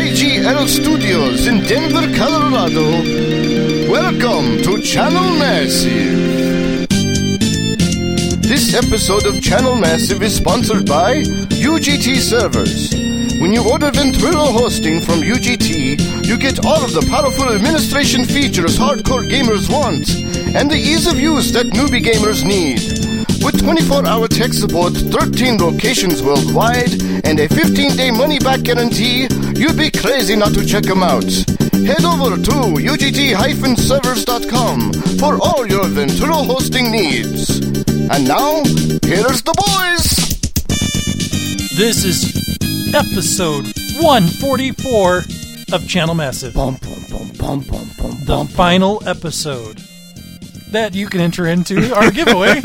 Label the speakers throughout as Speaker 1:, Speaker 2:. Speaker 1: Nile Studios in Denver, Colorado. Welcome to Channel Massive. This episode of Channel Massive is sponsored by UGT Servers. When you order Ventrilo hosting from UGT, you get all of the powerful administration features hardcore gamers want and the ease of use that newbie gamers need. With 24 hour tech support, 13 locations worldwide, and a 15 day money back guarantee, you'd be crazy not to check them out. Head over to ugt servers.com for all your Ventura hosting needs. And now, here's the boys!
Speaker 2: This is episode 144 of Channel Massive.
Speaker 3: Bum, bum, bum,
Speaker 2: the final episode that you can enter into our giveaway.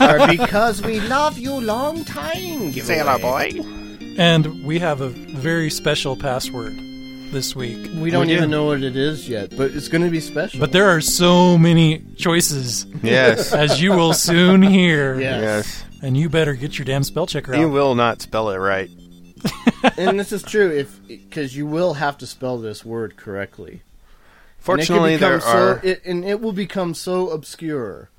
Speaker 3: our because we love you long time giveaway.
Speaker 4: Sailor boy.
Speaker 2: And we have a very special password this week.
Speaker 3: We don't we even do. know what it is yet, but it's going to be special.
Speaker 2: But there are so many choices.
Speaker 4: Yes.
Speaker 2: As you will soon hear.
Speaker 3: Yes. yes.
Speaker 2: And you better get your damn spell checker out.
Speaker 4: You will not spell it right.
Speaker 3: and this is true if cuz you will have to spell this word correctly.
Speaker 4: Fortunately, there
Speaker 3: so,
Speaker 4: are,
Speaker 3: it, and it will become so obscure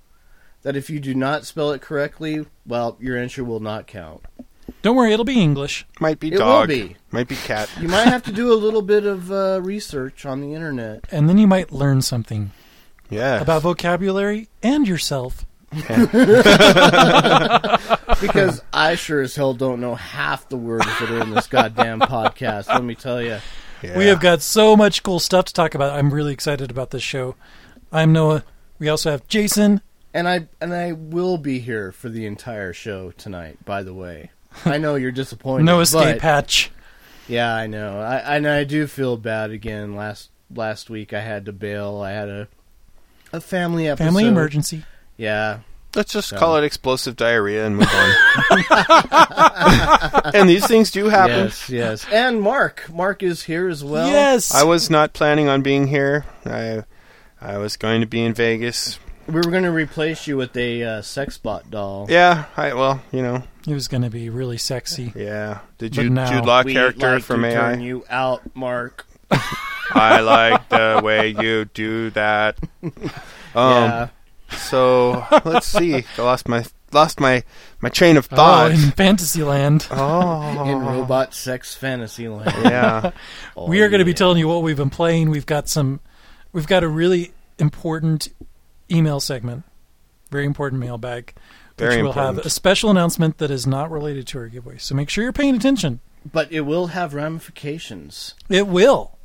Speaker 3: that if you do not spell it correctly, well, your entry will not count.
Speaker 2: Don't worry, it'll be English.
Speaker 4: Might be
Speaker 3: it
Speaker 4: dog.
Speaker 3: Will be.
Speaker 4: Might be cat.
Speaker 3: You might have to do a little bit of uh, research on the internet,
Speaker 2: and then you might learn something.
Speaker 4: Yeah.
Speaker 2: About vocabulary and yourself.
Speaker 3: because I sure as hell don't know half the words that are in this goddamn podcast. Let me tell you.
Speaker 2: Yeah. We have got so much cool stuff to talk about. I'm really excited about this show. I'm Noah. We also have Jason.
Speaker 3: And I and I will be here for the entire show tonight, by the way. I know you're disappointed.
Speaker 2: no escape hatch.
Speaker 3: Yeah, I know. I and I do feel bad again. Last last week I had to bail. I had a a family episode.
Speaker 2: Family emergency.
Speaker 3: Yeah.
Speaker 4: Let's just so. call it explosive diarrhea and move on. and these things do happen.
Speaker 3: Yes, yes. And Mark, Mark is here as well.
Speaker 2: Yes.
Speaker 4: I was not planning on being here. I, I was going to be in Vegas.
Speaker 3: We were going to replace you with a uh, sex bot doll.
Speaker 4: Yeah. I well, you know,
Speaker 2: it was going to be really sexy.
Speaker 4: Yeah. Did you Jude Law character
Speaker 3: like
Speaker 4: from AI?
Speaker 3: Turn you out, Mark.
Speaker 4: I like the way you do that. Um, yeah. So let's see. I lost my lost my my train of thought
Speaker 2: oh, in Fantasyland.
Speaker 4: Oh,
Speaker 3: in robot sex Fantasyland.
Speaker 4: Yeah,
Speaker 2: oh, we are going to yeah. be telling you what we've been playing. We've got some. We've got a really important email segment. Very important mailbag.
Speaker 4: Very
Speaker 2: which will
Speaker 4: important.
Speaker 2: have a special announcement that is not related to our giveaway. So make sure you're paying attention.
Speaker 3: But it will have ramifications.
Speaker 2: It will.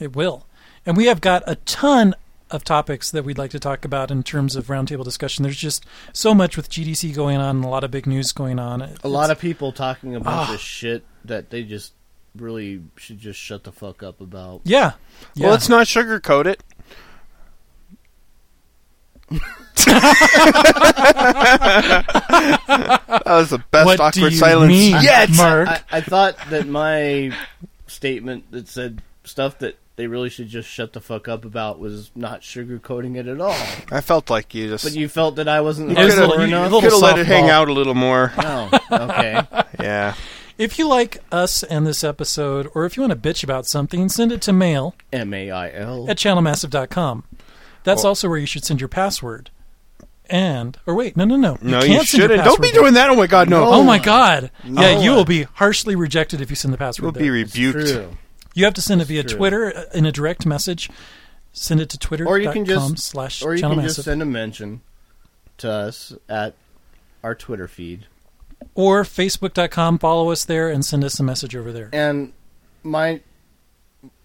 Speaker 2: It will. And we have got a ton of topics that we'd like to talk about in terms of roundtable discussion. There's just so much with GDC going on, and a lot of big news going on. It's,
Speaker 3: a lot of people talking a
Speaker 4: Ah.
Speaker 3: bunch oh. of shit that they just really should just shut the fuck up about.
Speaker 2: Yeah. yeah.
Speaker 4: Well, let's not sugarcoat it. that was the best
Speaker 2: what
Speaker 4: awkward silence
Speaker 2: mean,
Speaker 4: yet.
Speaker 2: Mark,
Speaker 3: I, I thought that my statement that said stuff that they really should just shut the fuck up about was not sugarcoating it at all.
Speaker 4: I felt like you just,
Speaker 3: but you felt that I wasn't.
Speaker 4: You could have let it hang out a little more.
Speaker 3: No, okay,
Speaker 4: yeah.
Speaker 2: If you like us and this episode, or if you want to bitch about something, send it to mail
Speaker 3: m a i l
Speaker 2: at channelmassive.com. That's oh. also where you should send your password. And or wait, no, no, no,
Speaker 4: no,
Speaker 2: you,
Speaker 4: you shouldn't. Don't be doing that. Oh my god, no.
Speaker 2: no. Oh my god, no. yeah, you will be harshly rejected if you send the password.
Speaker 4: You'll be rebuked.
Speaker 2: You have to send That's it via true. Twitter uh, in a direct message. Send it to Twitter.
Speaker 3: Or you can just
Speaker 2: slash
Speaker 3: or you
Speaker 2: can
Speaker 3: just send a mention to us at our Twitter feed
Speaker 2: or Facebook.com. Follow us there and send us a message over there.
Speaker 3: And my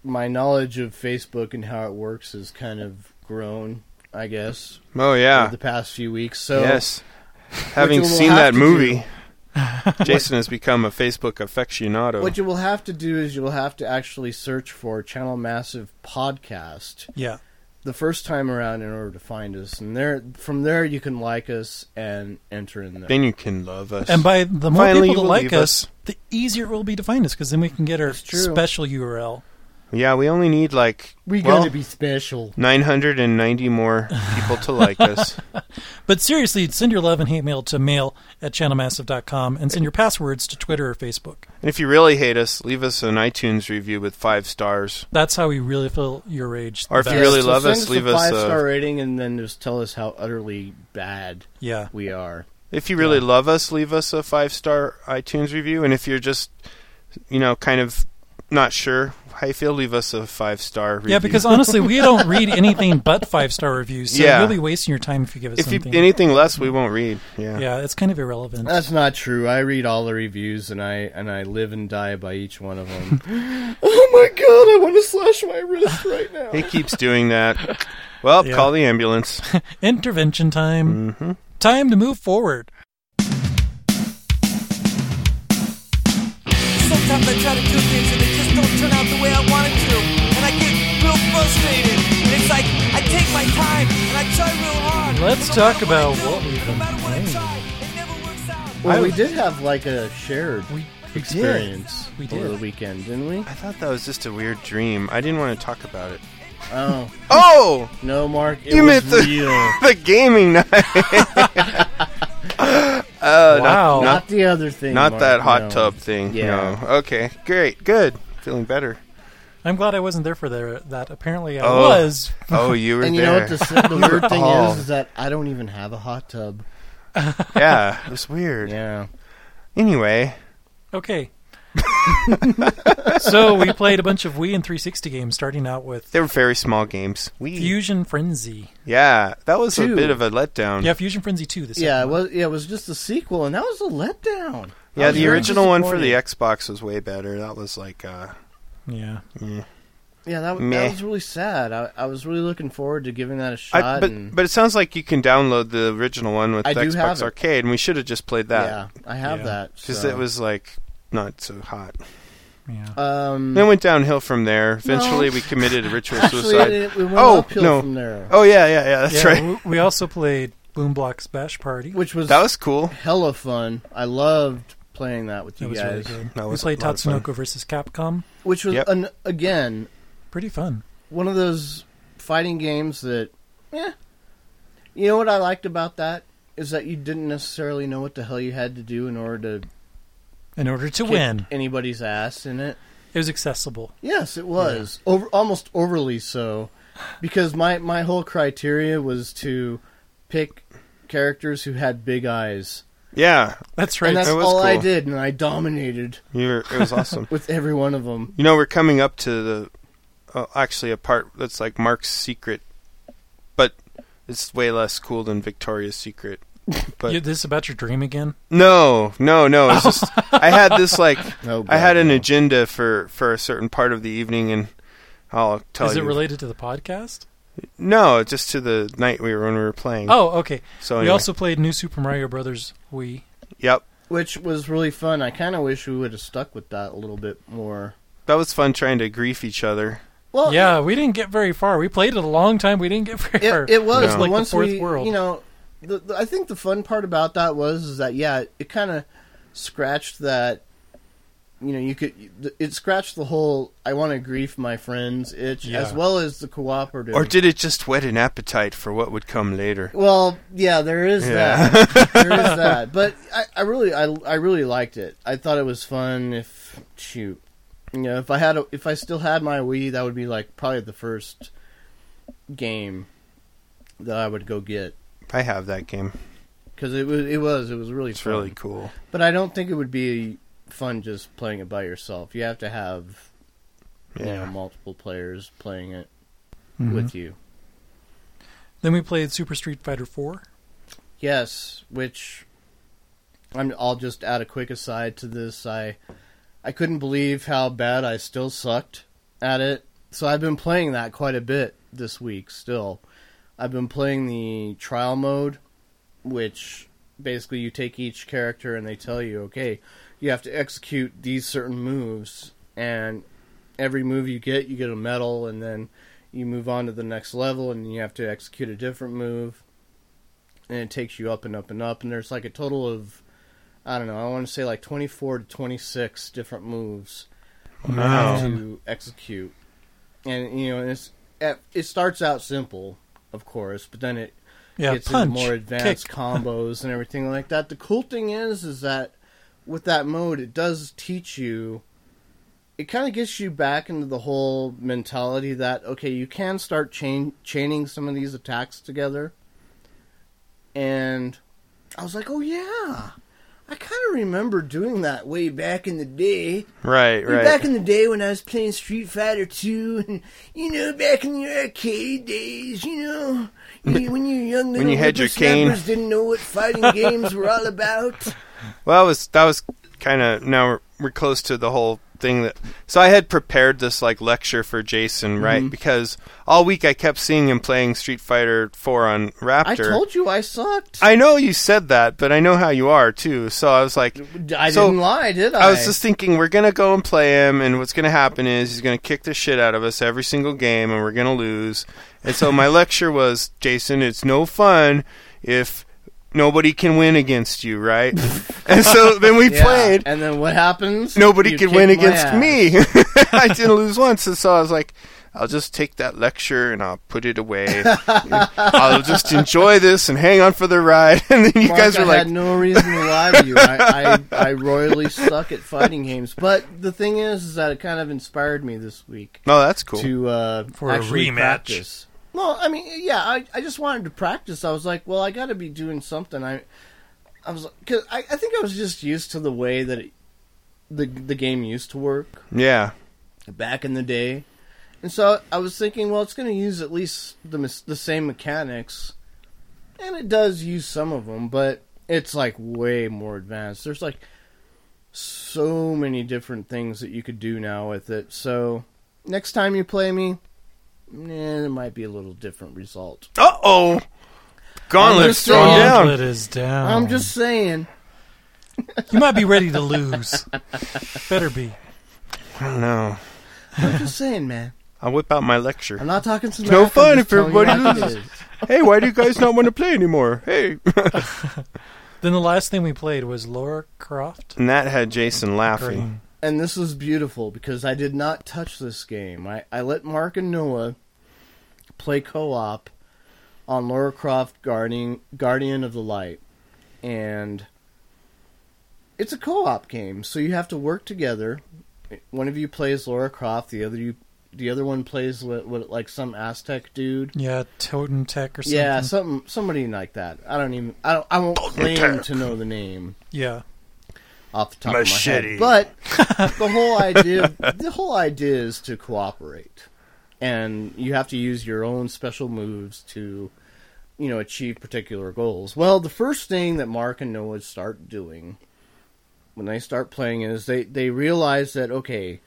Speaker 3: my knowledge of Facebook and how it works has kind of grown, I guess.
Speaker 4: Oh yeah,
Speaker 3: the past few weeks. So
Speaker 4: yes, having seen that movie. Do, Jason has become a Facebook aficionado.
Speaker 3: What you will have to do is you will have to actually search for Channel Massive podcast.
Speaker 2: Yeah.
Speaker 3: The first time around in order to find us, and there from there you can like us and enter in there.
Speaker 4: Then you can love us.
Speaker 2: And by the more Finally, people that like us, us, the easier it will be to find us because then we can get our
Speaker 3: That's true.
Speaker 2: special URL.
Speaker 4: Yeah, we only need like
Speaker 3: We
Speaker 4: well,
Speaker 3: gotta be special.
Speaker 4: 990 more people to like us.
Speaker 2: But seriously, send your love and hate mail to mail at channelmassive.com and send your passwords to Twitter or Facebook.
Speaker 4: And if you really hate us, leave us an iTunes review with five stars.
Speaker 2: That's how we really feel your rage. the
Speaker 4: Or if you
Speaker 2: best.
Speaker 4: really
Speaker 3: So
Speaker 4: love
Speaker 3: send
Speaker 4: us, leave us
Speaker 3: a
Speaker 4: uh,
Speaker 3: five
Speaker 4: a-
Speaker 3: star rating and then just tell us how utterly bad
Speaker 2: yeah,
Speaker 3: we are.
Speaker 4: If you really love us, leave us a five star iTunes review. And if you're just, you know, kind of not sure how you feel, leave us a five star review.
Speaker 2: yeah, because honestly, we don't read anything but five star reviews. So
Speaker 4: Yeah.
Speaker 2: you're really wasting your time if you give us
Speaker 4: if you,
Speaker 2: something.
Speaker 4: anything less, we won't read. Yeah.
Speaker 2: yeah, it's kind of irrelevant.
Speaker 3: That's not true. I read all the reviews and I and I live and die by each one of them. oh my god, I want to slash my wrist right now.
Speaker 4: He keeps doing that. Well,
Speaker 2: Yeah.
Speaker 4: call the ambulance.
Speaker 2: Intervention time.
Speaker 4: Mm-hmm.
Speaker 2: Time to move forward.
Speaker 5: Sometimes I try to do things and they just don't turn out the way I want it to. And I get real frustrated. And it's like I take my time and I try real hard.
Speaker 2: Let's
Speaker 5: But no
Speaker 2: talk
Speaker 5: matter what I
Speaker 2: about
Speaker 5: do,
Speaker 2: what we've
Speaker 5: no matter what I
Speaker 2: been
Speaker 5: try, it never works out.
Speaker 3: Well, we did have like a shared
Speaker 2: We, we did.
Speaker 3: experience
Speaker 2: We
Speaker 3: over
Speaker 2: did.
Speaker 3: the weekend, didn't we?
Speaker 4: I thought that was just a weird dream. I didn't want to talk about it.
Speaker 3: Oh
Speaker 4: Oh!
Speaker 3: no, Mark, it
Speaker 4: You
Speaker 3: was
Speaker 4: meant the-
Speaker 3: real,
Speaker 4: the gaming night. uh,
Speaker 2: Wow.
Speaker 4: Not,
Speaker 3: not the other thing.
Speaker 4: not, not
Speaker 3: Mark,
Speaker 4: that hot
Speaker 3: no.
Speaker 4: tub thing.
Speaker 3: Yeah.
Speaker 4: No. Okay. Great. Good. Feeling better.
Speaker 2: I'm glad I wasn't there for there, that. Apparently, I
Speaker 4: Oh.
Speaker 2: was.
Speaker 4: Oh, you were
Speaker 3: And you
Speaker 4: there.
Speaker 3: know what the, s- the weird thing
Speaker 4: Oh.
Speaker 3: is? Is that I don't even have a hot tub.
Speaker 4: yeah, it was weird.
Speaker 3: Yeah.
Speaker 4: Anyway,
Speaker 2: Okay. so we played a bunch of Wii and 360 games, starting out with
Speaker 4: they were very small games. We.
Speaker 2: Fusion Frenzy.
Speaker 4: yeah, that was a
Speaker 3: Two.
Speaker 4: bit of a letdown.
Speaker 2: Yeah, Fusion Frenzy 2. This
Speaker 3: Yeah, it was. Yeah, it was just a sequel, and that was a letdown. I
Speaker 4: Yeah,
Speaker 3: was
Speaker 4: the
Speaker 3: very
Speaker 4: original one for the
Speaker 3: disappointed.
Speaker 4: Xbox was way better. That was like, uh,
Speaker 2: yeah.
Speaker 3: Yeah, that,
Speaker 4: Meh.
Speaker 3: that was really sad. I, I was really looking forward to giving that a shot.
Speaker 4: I, but
Speaker 3: and,
Speaker 4: but it sounds like you can download the original one with
Speaker 3: I
Speaker 4: the
Speaker 3: do have
Speaker 4: Xbox
Speaker 3: it.
Speaker 4: Arcade, and we should have just played
Speaker 3: yeah,
Speaker 4: that
Speaker 3: I have
Speaker 2: Yeah.
Speaker 3: that
Speaker 4: because
Speaker 3: so.
Speaker 4: it was like not so hot.
Speaker 2: Yeah.
Speaker 4: Uh,
Speaker 3: Um,
Speaker 4: Then it went downhill from there. Eventually, we committed a ritual
Speaker 3: actually,
Speaker 4: suicide.
Speaker 3: it, we went
Speaker 4: Oh,
Speaker 3: uphill
Speaker 4: no.
Speaker 3: from there,
Speaker 4: Oh yeah, yeah, yeah. That's
Speaker 2: yeah,
Speaker 4: right.
Speaker 2: w- We also played Boom Blocks Bash Party.
Speaker 3: which was,
Speaker 4: That was cool.
Speaker 3: hella fun. I loved playing that with
Speaker 2: That
Speaker 3: you
Speaker 2: was really
Speaker 3: guys,
Speaker 2: good.
Speaker 4: That
Speaker 2: We
Speaker 4: was a
Speaker 2: played
Speaker 4: lot of fun.
Speaker 2: Tatsunoko versus Capcom.
Speaker 3: which was
Speaker 4: Yep.
Speaker 3: an, again
Speaker 2: Pretty fun.
Speaker 3: one of those fighting games that, yeah. You know what I liked about that is that you didn't necessarily know what the hell you had to do in order to
Speaker 2: In order to
Speaker 3: kick
Speaker 2: win,
Speaker 3: anybody's ass in it.
Speaker 2: it was accessible.
Speaker 3: Yes, it was over almost overly so, because my my whole criteria was to pick characters who had big eyes,
Speaker 4: Yeah,
Speaker 2: That's right.
Speaker 3: and that's
Speaker 4: That was
Speaker 3: all I
Speaker 4: cool.
Speaker 3: did, and I dominated
Speaker 4: you were, it was awesome.
Speaker 3: with every one of them.
Speaker 4: you know, we're coming up to the uh, actually a part that's like Mark's secret, but it's way less cool than Victoria's Secret. But
Speaker 2: You- this is about your dream again.
Speaker 4: no, no, no. It's just I had this like
Speaker 3: Oh,
Speaker 4: I had
Speaker 3: God,
Speaker 4: an
Speaker 3: no.
Speaker 4: agenda for for a certain part of the evening, and I'll tell
Speaker 2: is
Speaker 4: you.
Speaker 2: it related to the podcast?
Speaker 4: No, just to the night we were when we were playing.
Speaker 2: Oh, okay.
Speaker 4: so
Speaker 2: We
Speaker 4: anyway.
Speaker 2: also played New Super Mario Brothers Wii.
Speaker 4: yep.
Speaker 3: which was really fun. I kind of wish we would have stuck with that a little bit more.
Speaker 4: That was fun trying to grief each other.
Speaker 3: Well,
Speaker 2: yeah, we didn't get very far. We played it a long time. We didn't get very far.
Speaker 3: it, it was
Speaker 4: No.
Speaker 3: but
Speaker 2: Like the
Speaker 3: once
Speaker 2: fourth
Speaker 3: we,
Speaker 2: world.
Speaker 3: you know, the, the, I think the fun part about that was is that yeah, it kind of scratched that. You know, you could it scratched the whole "I want to grief my friends" itch
Speaker 2: Yeah.
Speaker 3: as well as the cooperative.
Speaker 4: Or did it just whet an appetite for what would come later?
Speaker 3: well, yeah, there is
Speaker 4: Yeah.
Speaker 3: that. there is that. But I, I really, I, I really liked it. I thought it was fun. If shoot, you know, if I had, a, if I still had my Wii, that would be like probably the first game that I would go get.
Speaker 4: I have that game.
Speaker 3: because it was it was it was really
Speaker 4: It's
Speaker 3: fun.
Speaker 4: really cool.
Speaker 3: But I don't think it would be fun just playing it by yourself. You have to have you know,
Speaker 4: Yeah.
Speaker 3: multiple players playing it
Speaker 2: Mhm.
Speaker 3: with you.
Speaker 2: Then we played Super Street Fighter 4.
Speaker 3: Yes, which I'm, I'll just add a quick aside to this. I I couldn't believe how bad I still sucked at it. So I've been playing that quite a bit this week. Still, I've been playing the trial mode, which basically you take each character and they tell you, okay, you have to execute these certain moves, and every move you get, you get a medal, and then you move on to the next level, and you have to execute a different move and it takes you up and up and up and there's like a total of i don't know i want to say like 24 to 26 different moves you have to execute and you know it's at, it starts out simple, of course, but then it
Speaker 2: Yeah,
Speaker 3: gets
Speaker 2: punch,
Speaker 3: into more advanced
Speaker 2: kick.
Speaker 3: combos and everything like that. The cool thing is, is that with that mode, it does teach you. It kind of gets you back into the whole mentality that okay, you can start chain chaining some of these attacks together. And I was like, oh yeah, I kind of remember doing that way back in the day.
Speaker 4: Right,
Speaker 3: Way
Speaker 4: right.
Speaker 3: Back in the day when I was playing Street Fighter 2, and you know, back in the arcade days, you know, you, when you were young little
Speaker 4: you had your cane.
Speaker 3: whippersnappers didn't know what fighting games were all about.
Speaker 4: Well, that was that was kind of now we're, we're close to the whole thing that. So I had prepared this like lecture for Jason, right? Because all week I kept seeing him playing Street Fighter Four on Raptor.
Speaker 3: I told you I sucked.
Speaker 4: I know you said that, but I know how you are too. So I was like,
Speaker 3: I
Speaker 4: so-
Speaker 3: didn't lie, did I?
Speaker 4: I was just thinking we're gonna go and play him, and what's gonna happen is he's gonna kick the shit out of us every single game, and we're gonna lose. And so my lecture was, Jason, it's no fun if nobody can win against you, right? and so then we
Speaker 3: Yeah,
Speaker 4: played,
Speaker 3: And then what happens?
Speaker 4: nobody
Speaker 3: You
Speaker 4: could
Speaker 3: kick
Speaker 4: win
Speaker 3: my
Speaker 4: against
Speaker 3: ass.
Speaker 4: me. I didn't lose once, and so I was like, I'll just take that lecture and I'll put it away. I'll just enjoy this and hang on for the ride. And then you
Speaker 3: Mark,
Speaker 4: guys were
Speaker 3: I
Speaker 4: like,
Speaker 3: had no reason to lie to you. I, I, I royally suck at fighting games. But the thing is, is that it kind of inspired me this week.
Speaker 4: "No, "Oh, that's cool."
Speaker 3: to uh,
Speaker 2: For a
Speaker 3: actually
Speaker 2: rematch.
Speaker 3: Practice. Well, I mean, yeah, I, I just wanted to practice. I was like, well, I got to be doing something. I I was because I, I think I was just used to the way that it, the the game used to work
Speaker 4: yeah,
Speaker 3: back in the day, and so I was thinking, well, it's going to use at least the mes- the same mechanics, and it does use some of them, but it's like way more advanced. There's like so many different things that you could do now with it. So next time you play me, eh, it might be a little different result.
Speaker 4: Uh oh. Gauntlet's
Speaker 3: just
Speaker 4: thrown
Speaker 3: saying.
Speaker 4: down.
Speaker 2: Gauntlet is
Speaker 4: Oh,
Speaker 2: down.
Speaker 3: I'm just saying.
Speaker 2: You might be ready to lose. Better be.
Speaker 4: I don't know.
Speaker 3: I'm just saying, man.
Speaker 4: I'll whip out my
Speaker 3: I'm
Speaker 4: lecture.
Speaker 3: not talking to
Speaker 4: No
Speaker 3: Mac, I'm
Speaker 4: fun
Speaker 3: just
Speaker 4: if
Speaker 3: telling you
Speaker 4: everybody
Speaker 3: how it
Speaker 4: loses.
Speaker 3: is.
Speaker 4: Hey, why do you guys not want to play anymore? Hey.
Speaker 2: Then the last thing we played was Laura Croft.
Speaker 4: and that had Jason laughing.
Speaker 2: Green.
Speaker 3: And this was beautiful because I did not touch this game. I, I let Mark and Noah play co op on Laura Croft Guardian, Guardian of the Light. And it's a co op game, so you have to work together. One of you plays Laura Croft, the other you the other one plays what, what like some Aztec dude.
Speaker 2: Yeah, Totem Tech or something.
Speaker 3: Yeah, something somebody like that. I don't even I don't I won't claim to know the name
Speaker 2: yeah.
Speaker 3: off the top
Speaker 4: Machete.
Speaker 3: of my head. But the whole idea, the whole idea is to cooperate, and you have to use your own special moves to, you know, achieve particular goals. Well, the first thing that Mark and Noah start doing when they start playing is they they realize that okay,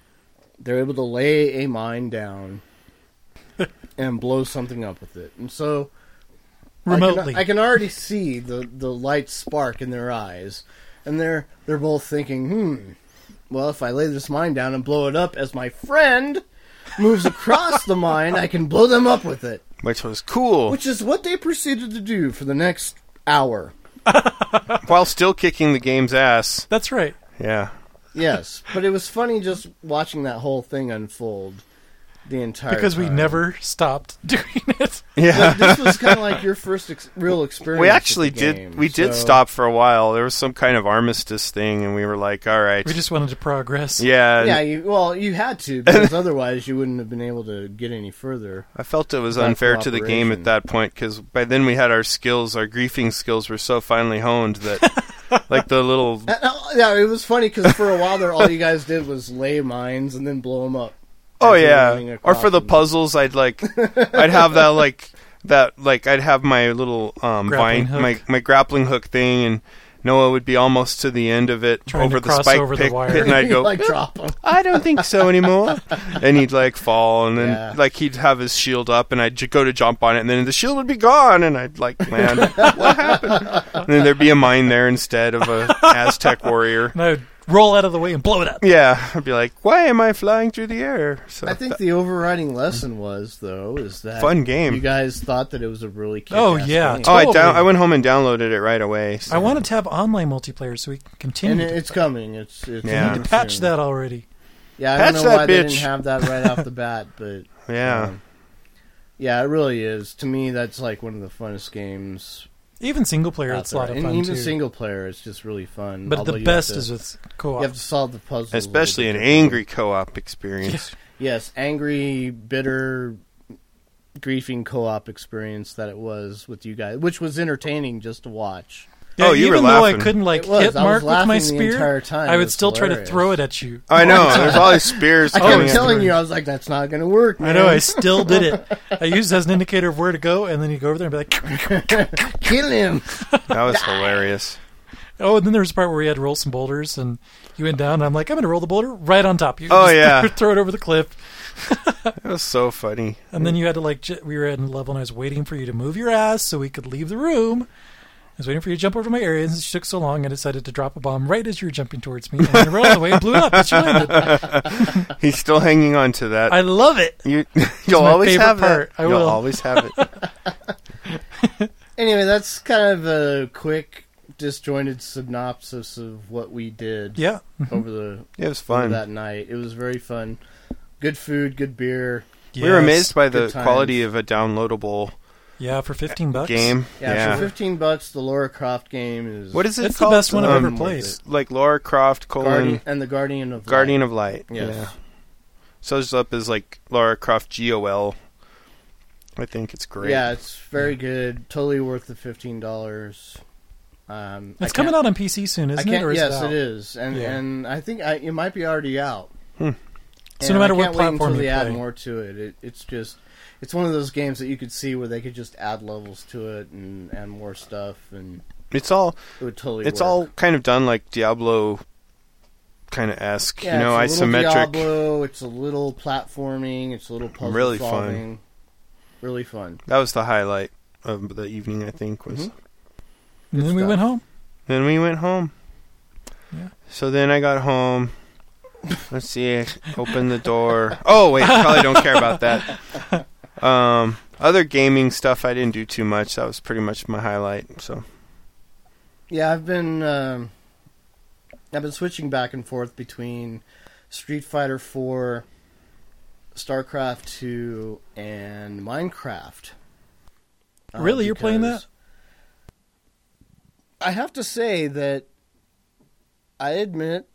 Speaker 3: they're able to lay a mine down and blow something up with it, and so. I can-
Speaker 2: Remotely.
Speaker 3: I can, already see the, the light spark in their eyes, and they're they're both thinking, hmm. Well, if I lay this mine down and blow it up as my friend moves across the mine, I can blow them up with it,
Speaker 4: Which was cool.
Speaker 3: which is what they proceeded to do for the next hour.
Speaker 4: while still kicking the game's ass.
Speaker 2: That's right.
Speaker 4: Yeah.
Speaker 3: Yes, but it was funny just watching that whole thing unfold the entire
Speaker 2: Because we
Speaker 3: time.
Speaker 2: never stopped doing it.
Speaker 4: Yeah.
Speaker 3: But this was kind of like your first ex- real experience.
Speaker 4: We
Speaker 3: with
Speaker 4: actually
Speaker 3: the
Speaker 4: did
Speaker 3: game,
Speaker 4: we did
Speaker 3: so-
Speaker 4: stop for a while. There was some kind of armistice thing and we were like, "All right."
Speaker 2: We just wanted to progress.
Speaker 4: yeah. and
Speaker 3: Yeah, you, well, you had to because otherwise you wouldn't have been able to get any further.
Speaker 4: I felt it was
Speaker 3: Lack of
Speaker 4: unfair to the game
Speaker 3: cooperation.
Speaker 4: at that point because by then we had our skills, our griefing skills were so finely honed that, like the little
Speaker 3: Uh, uh, Yeah, it was funny because for a while there, all you guys did was lay mines and then blow them up.
Speaker 4: Oh
Speaker 3: as you were running
Speaker 4: yeah. Or
Speaker 3: across
Speaker 4: for the
Speaker 3: them.
Speaker 4: puzzles, I'd like, I'd have that like that like I'd have my little um
Speaker 2: Grappling
Speaker 4: vine,
Speaker 2: hook.
Speaker 4: my my grappling hook thing, and Noah would be almost to the end of it
Speaker 2: Trying to
Speaker 4: over the
Speaker 2: cross
Speaker 4: spike
Speaker 2: over the
Speaker 4: pick,
Speaker 2: wire.
Speaker 4: pit, and I'd go.
Speaker 3: like drop 'em.
Speaker 4: I don't think so anymore. and he'd like fall, and then
Speaker 3: Yeah.
Speaker 4: like he'd have his shield up, and I'd j- go to jump on it, and then the shield would be gone, and I'd like land. what happened? And then there'd be a mine there instead of a Aztec warrior.
Speaker 2: And I would roll out of the way and blow it up.
Speaker 4: Yeah, I'd be like, why am I flying through the air? So
Speaker 3: I think the overriding lesson was though is that
Speaker 4: Fun game.
Speaker 3: You guys thought that it was a really kick
Speaker 2: Oh, yeah.
Speaker 4: Oh, I, down-
Speaker 2: Totally.
Speaker 4: I went home and downloaded it right away. so-
Speaker 2: I wanted to have online multiplayer so we can continue.
Speaker 3: and
Speaker 2: to
Speaker 3: it, it's coming. It's, it's
Speaker 4: Yeah.
Speaker 3: coming
Speaker 4: Need
Speaker 2: patch
Speaker 3: soon.
Speaker 2: that already.
Speaker 3: Yeah, I
Speaker 4: Patch
Speaker 3: don't know
Speaker 4: that
Speaker 3: why they
Speaker 4: bitch.
Speaker 3: didn't have that right off the bat, but
Speaker 4: Yeah.
Speaker 3: um, yeah, it really is. To me, that's like one of the funnest games.
Speaker 2: Even single player,
Speaker 3: out
Speaker 2: it's a lot
Speaker 3: there.
Speaker 2: of
Speaker 3: and
Speaker 2: fun
Speaker 3: even
Speaker 2: too.
Speaker 3: single player, it's just really fun.
Speaker 2: but
Speaker 3: although
Speaker 2: the
Speaker 3: you
Speaker 2: best
Speaker 3: have to,
Speaker 2: is with co-op.
Speaker 3: you have to solve the puzzle, a little
Speaker 4: Especially
Speaker 3: bit
Speaker 4: an
Speaker 3: differently.
Speaker 4: angry co-op experience.
Speaker 3: yes, angry, bitter, grieving co-op experience that it was with you guys, which was entertaining just to watch.
Speaker 2: Yeah,
Speaker 4: Oh, you
Speaker 2: even
Speaker 4: were
Speaker 2: though
Speaker 4: laughing.
Speaker 2: I couldn't like
Speaker 3: It was.
Speaker 2: hit
Speaker 3: I was
Speaker 2: Mark with
Speaker 3: laughing
Speaker 2: my
Speaker 3: the
Speaker 2: spear,
Speaker 3: entire time.
Speaker 2: I would
Speaker 3: It's
Speaker 2: still try to
Speaker 3: hilarious.
Speaker 2: throw it at you.
Speaker 4: Oh, I know. There's all these spears.
Speaker 2: Oh,
Speaker 3: I
Speaker 4: coming
Speaker 3: kept
Speaker 4: at
Speaker 3: telling
Speaker 4: me.
Speaker 3: you, I was like, "That's not going to work."
Speaker 2: I
Speaker 3: Man.
Speaker 2: know I still did it. I used it as an indicator of where to go, and then you go over there and be like,
Speaker 3: kill him.
Speaker 4: That was hilarious.
Speaker 2: "Oh!" And then there was a part where we had to roll some boulders, and you went down. And I'm like, "I'm going to roll the boulder right on top." You
Speaker 4: Oh,
Speaker 2: just
Speaker 4: yeah.
Speaker 2: throw it over the cliff,
Speaker 4: That was so funny.
Speaker 2: and then you had to like. j- We were at a level, and I was waiting for you to move your ass so we could leave the room. I was waiting for you to jump over to my area, and since you took so long, I decided to drop a bomb right as you were jumping towards me, and I rolled the way and blew it up. But you landed.
Speaker 4: He's still hanging on to that.
Speaker 2: I love it.
Speaker 4: you, you'll
Speaker 2: my
Speaker 4: always
Speaker 2: favorite
Speaker 4: have
Speaker 2: part.
Speaker 4: that.
Speaker 2: I
Speaker 4: You'll
Speaker 2: will.
Speaker 4: always have it.
Speaker 3: Anyway, that's kind of a quick, disjointed synopsis of what we did
Speaker 2: Yeah. Mm-hmm.
Speaker 3: over the
Speaker 4: It was
Speaker 3: over
Speaker 4: fun.
Speaker 3: that night. It was very fun. Good food, good beer.
Speaker 4: We were
Speaker 2: Yes.
Speaker 4: amazed by the
Speaker 3: Good times.
Speaker 4: quality of a downloadable
Speaker 2: Yeah, for fifteen bucks.
Speaker 4: game.
Speaker 3: Yeah, for fifteen bucks, the Laura Croft game is
Speaker 4: What is it?
Speaker 2: It's the
Speaker 4: called?
Speaker 2: best one I've
Speaker 4: Um,
Speaker 2: ever played.
Speaker 4: Like Laura Croft colon
Speaker 3: Guardian
Speaker 4: Guardian,
Speaker 3: and the Guardian of
Speaker 4: of Light.
Speaker 3: Light. Yes.
Speaker 4: Yeah. So it's up as like Laura Croft G O L. I think it's great.
Speaker 3: Yeah, it's very good. Totally worth the fifteen dollars. Um,
Speaker 2: It's coming out on PC soon,
Speaker 3: I
Speaker 2: isn't
Speaker 3: can't.
Speaker 2: it? Or is
Speaker 3: yes,
Speaker 2: it, out?
Speaker 3: it is, and
Speaker 2: Yeah. Hmm.
Speaker 3: and I think I, it might be already out.
Speaker 2: So
Speaker 3: And
Speaker 2: no matter
Speaker 3: I
Speaker 2: what
Speaker 3: can't wait
Speaker 2: platform
Speaker 3: until
Speaker 2: you
Speaker 3: they add
Speaker 2: play.
Speaker 3: more to it. it. It's just, it's one of those games that you could see where they could just add levels to it and and more stuff, and
Speaker 4: It's all
Speaker 3: it would totally.
Speaker 4: it's
Speaker 3: work.
Speaker 4: all kind of done like Diablo kind of esque.
Speaker 3: Yeah,
Speaker 4: you know,
Speaker 3: it's a little
Speaker 4: isometric.
Speaker 3: Diablo, it's a little platforming. It's a little puzzle
Speaker 4: Really fun.
Speaker 3: solving. Really fun.
Speaker 4: That was the highlight of the evening, I think, was
Speaker 2: And then we
Speaker 3: stuff.
Speaker 2: went home.
Speaker 4: Then we went home.
Speaker 2: Yeah.
Speaker 4: So then I got home. Let's see. I opened the door. Oh wait, probably don't care about that. Um, other gaming stuff I didn't do too much. That was pretty much my highlight. So
Speaker 3: Yeah, I've been um, I've been switching back and forth between Street Fighter Four, StarCraft Two, and Minecraft. Uh,
Speaker 2: Really? You're playing
Speaker 3: because I have to say that I admit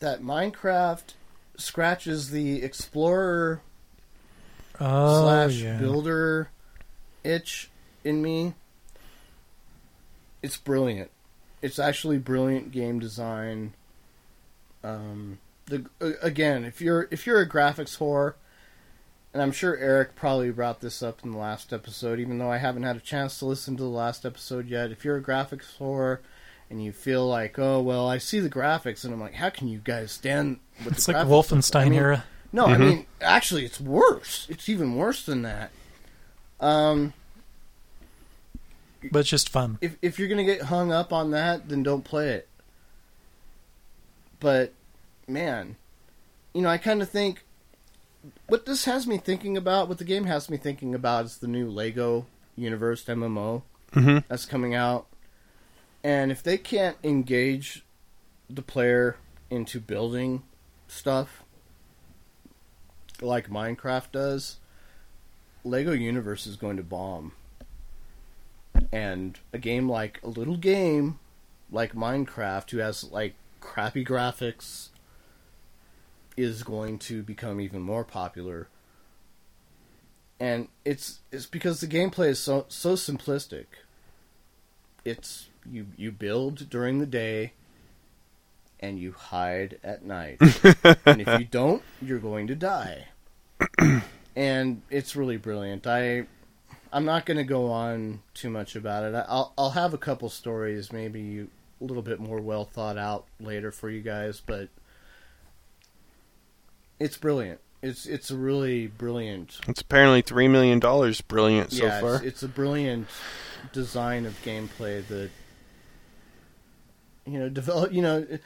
Speaker 3: that Minecraft scratches the explorer
Speaker 2: Oh
Speaker 3: slash
Speaker 2: yeah.
Speaker 3: builder itch in me. It's brilliant. It's actually brilliant game design. Um, the a- again, if you're if you're a graphics whore, and I'm sure Eric probably brought this up in the last episode, even though I haven't had a chance to listen to the last episode yet. If you're a graphics whore. And you feel like, oh well, I see the graphics, and I'm like, how can you guys stand with
Speaker 2: It's
Speaker 3: the
Speaker 2: like
Speaker 3: graphics?
Speaker 2: Wolfenstein
Speaker 3: I mean,
Speaker 2: era.
Speaker 3: no, I mean actually, it's worse. It's even worse than that. Um,
Speaker 2: but it's just fun.
Speaker 3: if if you're gonna get hung up on that, then don't play it. But man, you know, I kind of think what this has me thinking about, what the game has me thinking about, is the new Lego Universe MMO
Speaker 4: Mhm.
Speaker 3: that's coming out, and if they can't engage the player into building stuff like Minecraft does, Lego Universe is going to bomb. And a game like a little game like Minecraft, who has like crappy graphics, is going to become even more popular. And it's it's because the gameplay is so so simplistic. It's you you build during the day and you hide at night. and if you don't, you're going to die. and it's really brilliant. I I'm not going to go on too much about it. I- I'll I'll have a couple stories, maybe you, a little bit more well thought out later for you guys, but it's brilliant. It's it's a really brilliant.
Speaker 4: it's apparently three million dollars. Brilliant so
Speaker 3: yeah,
Speaker 4: far.
Speaker 3: It's, it's a brilliant design of gameplay that you know develop. You know, it,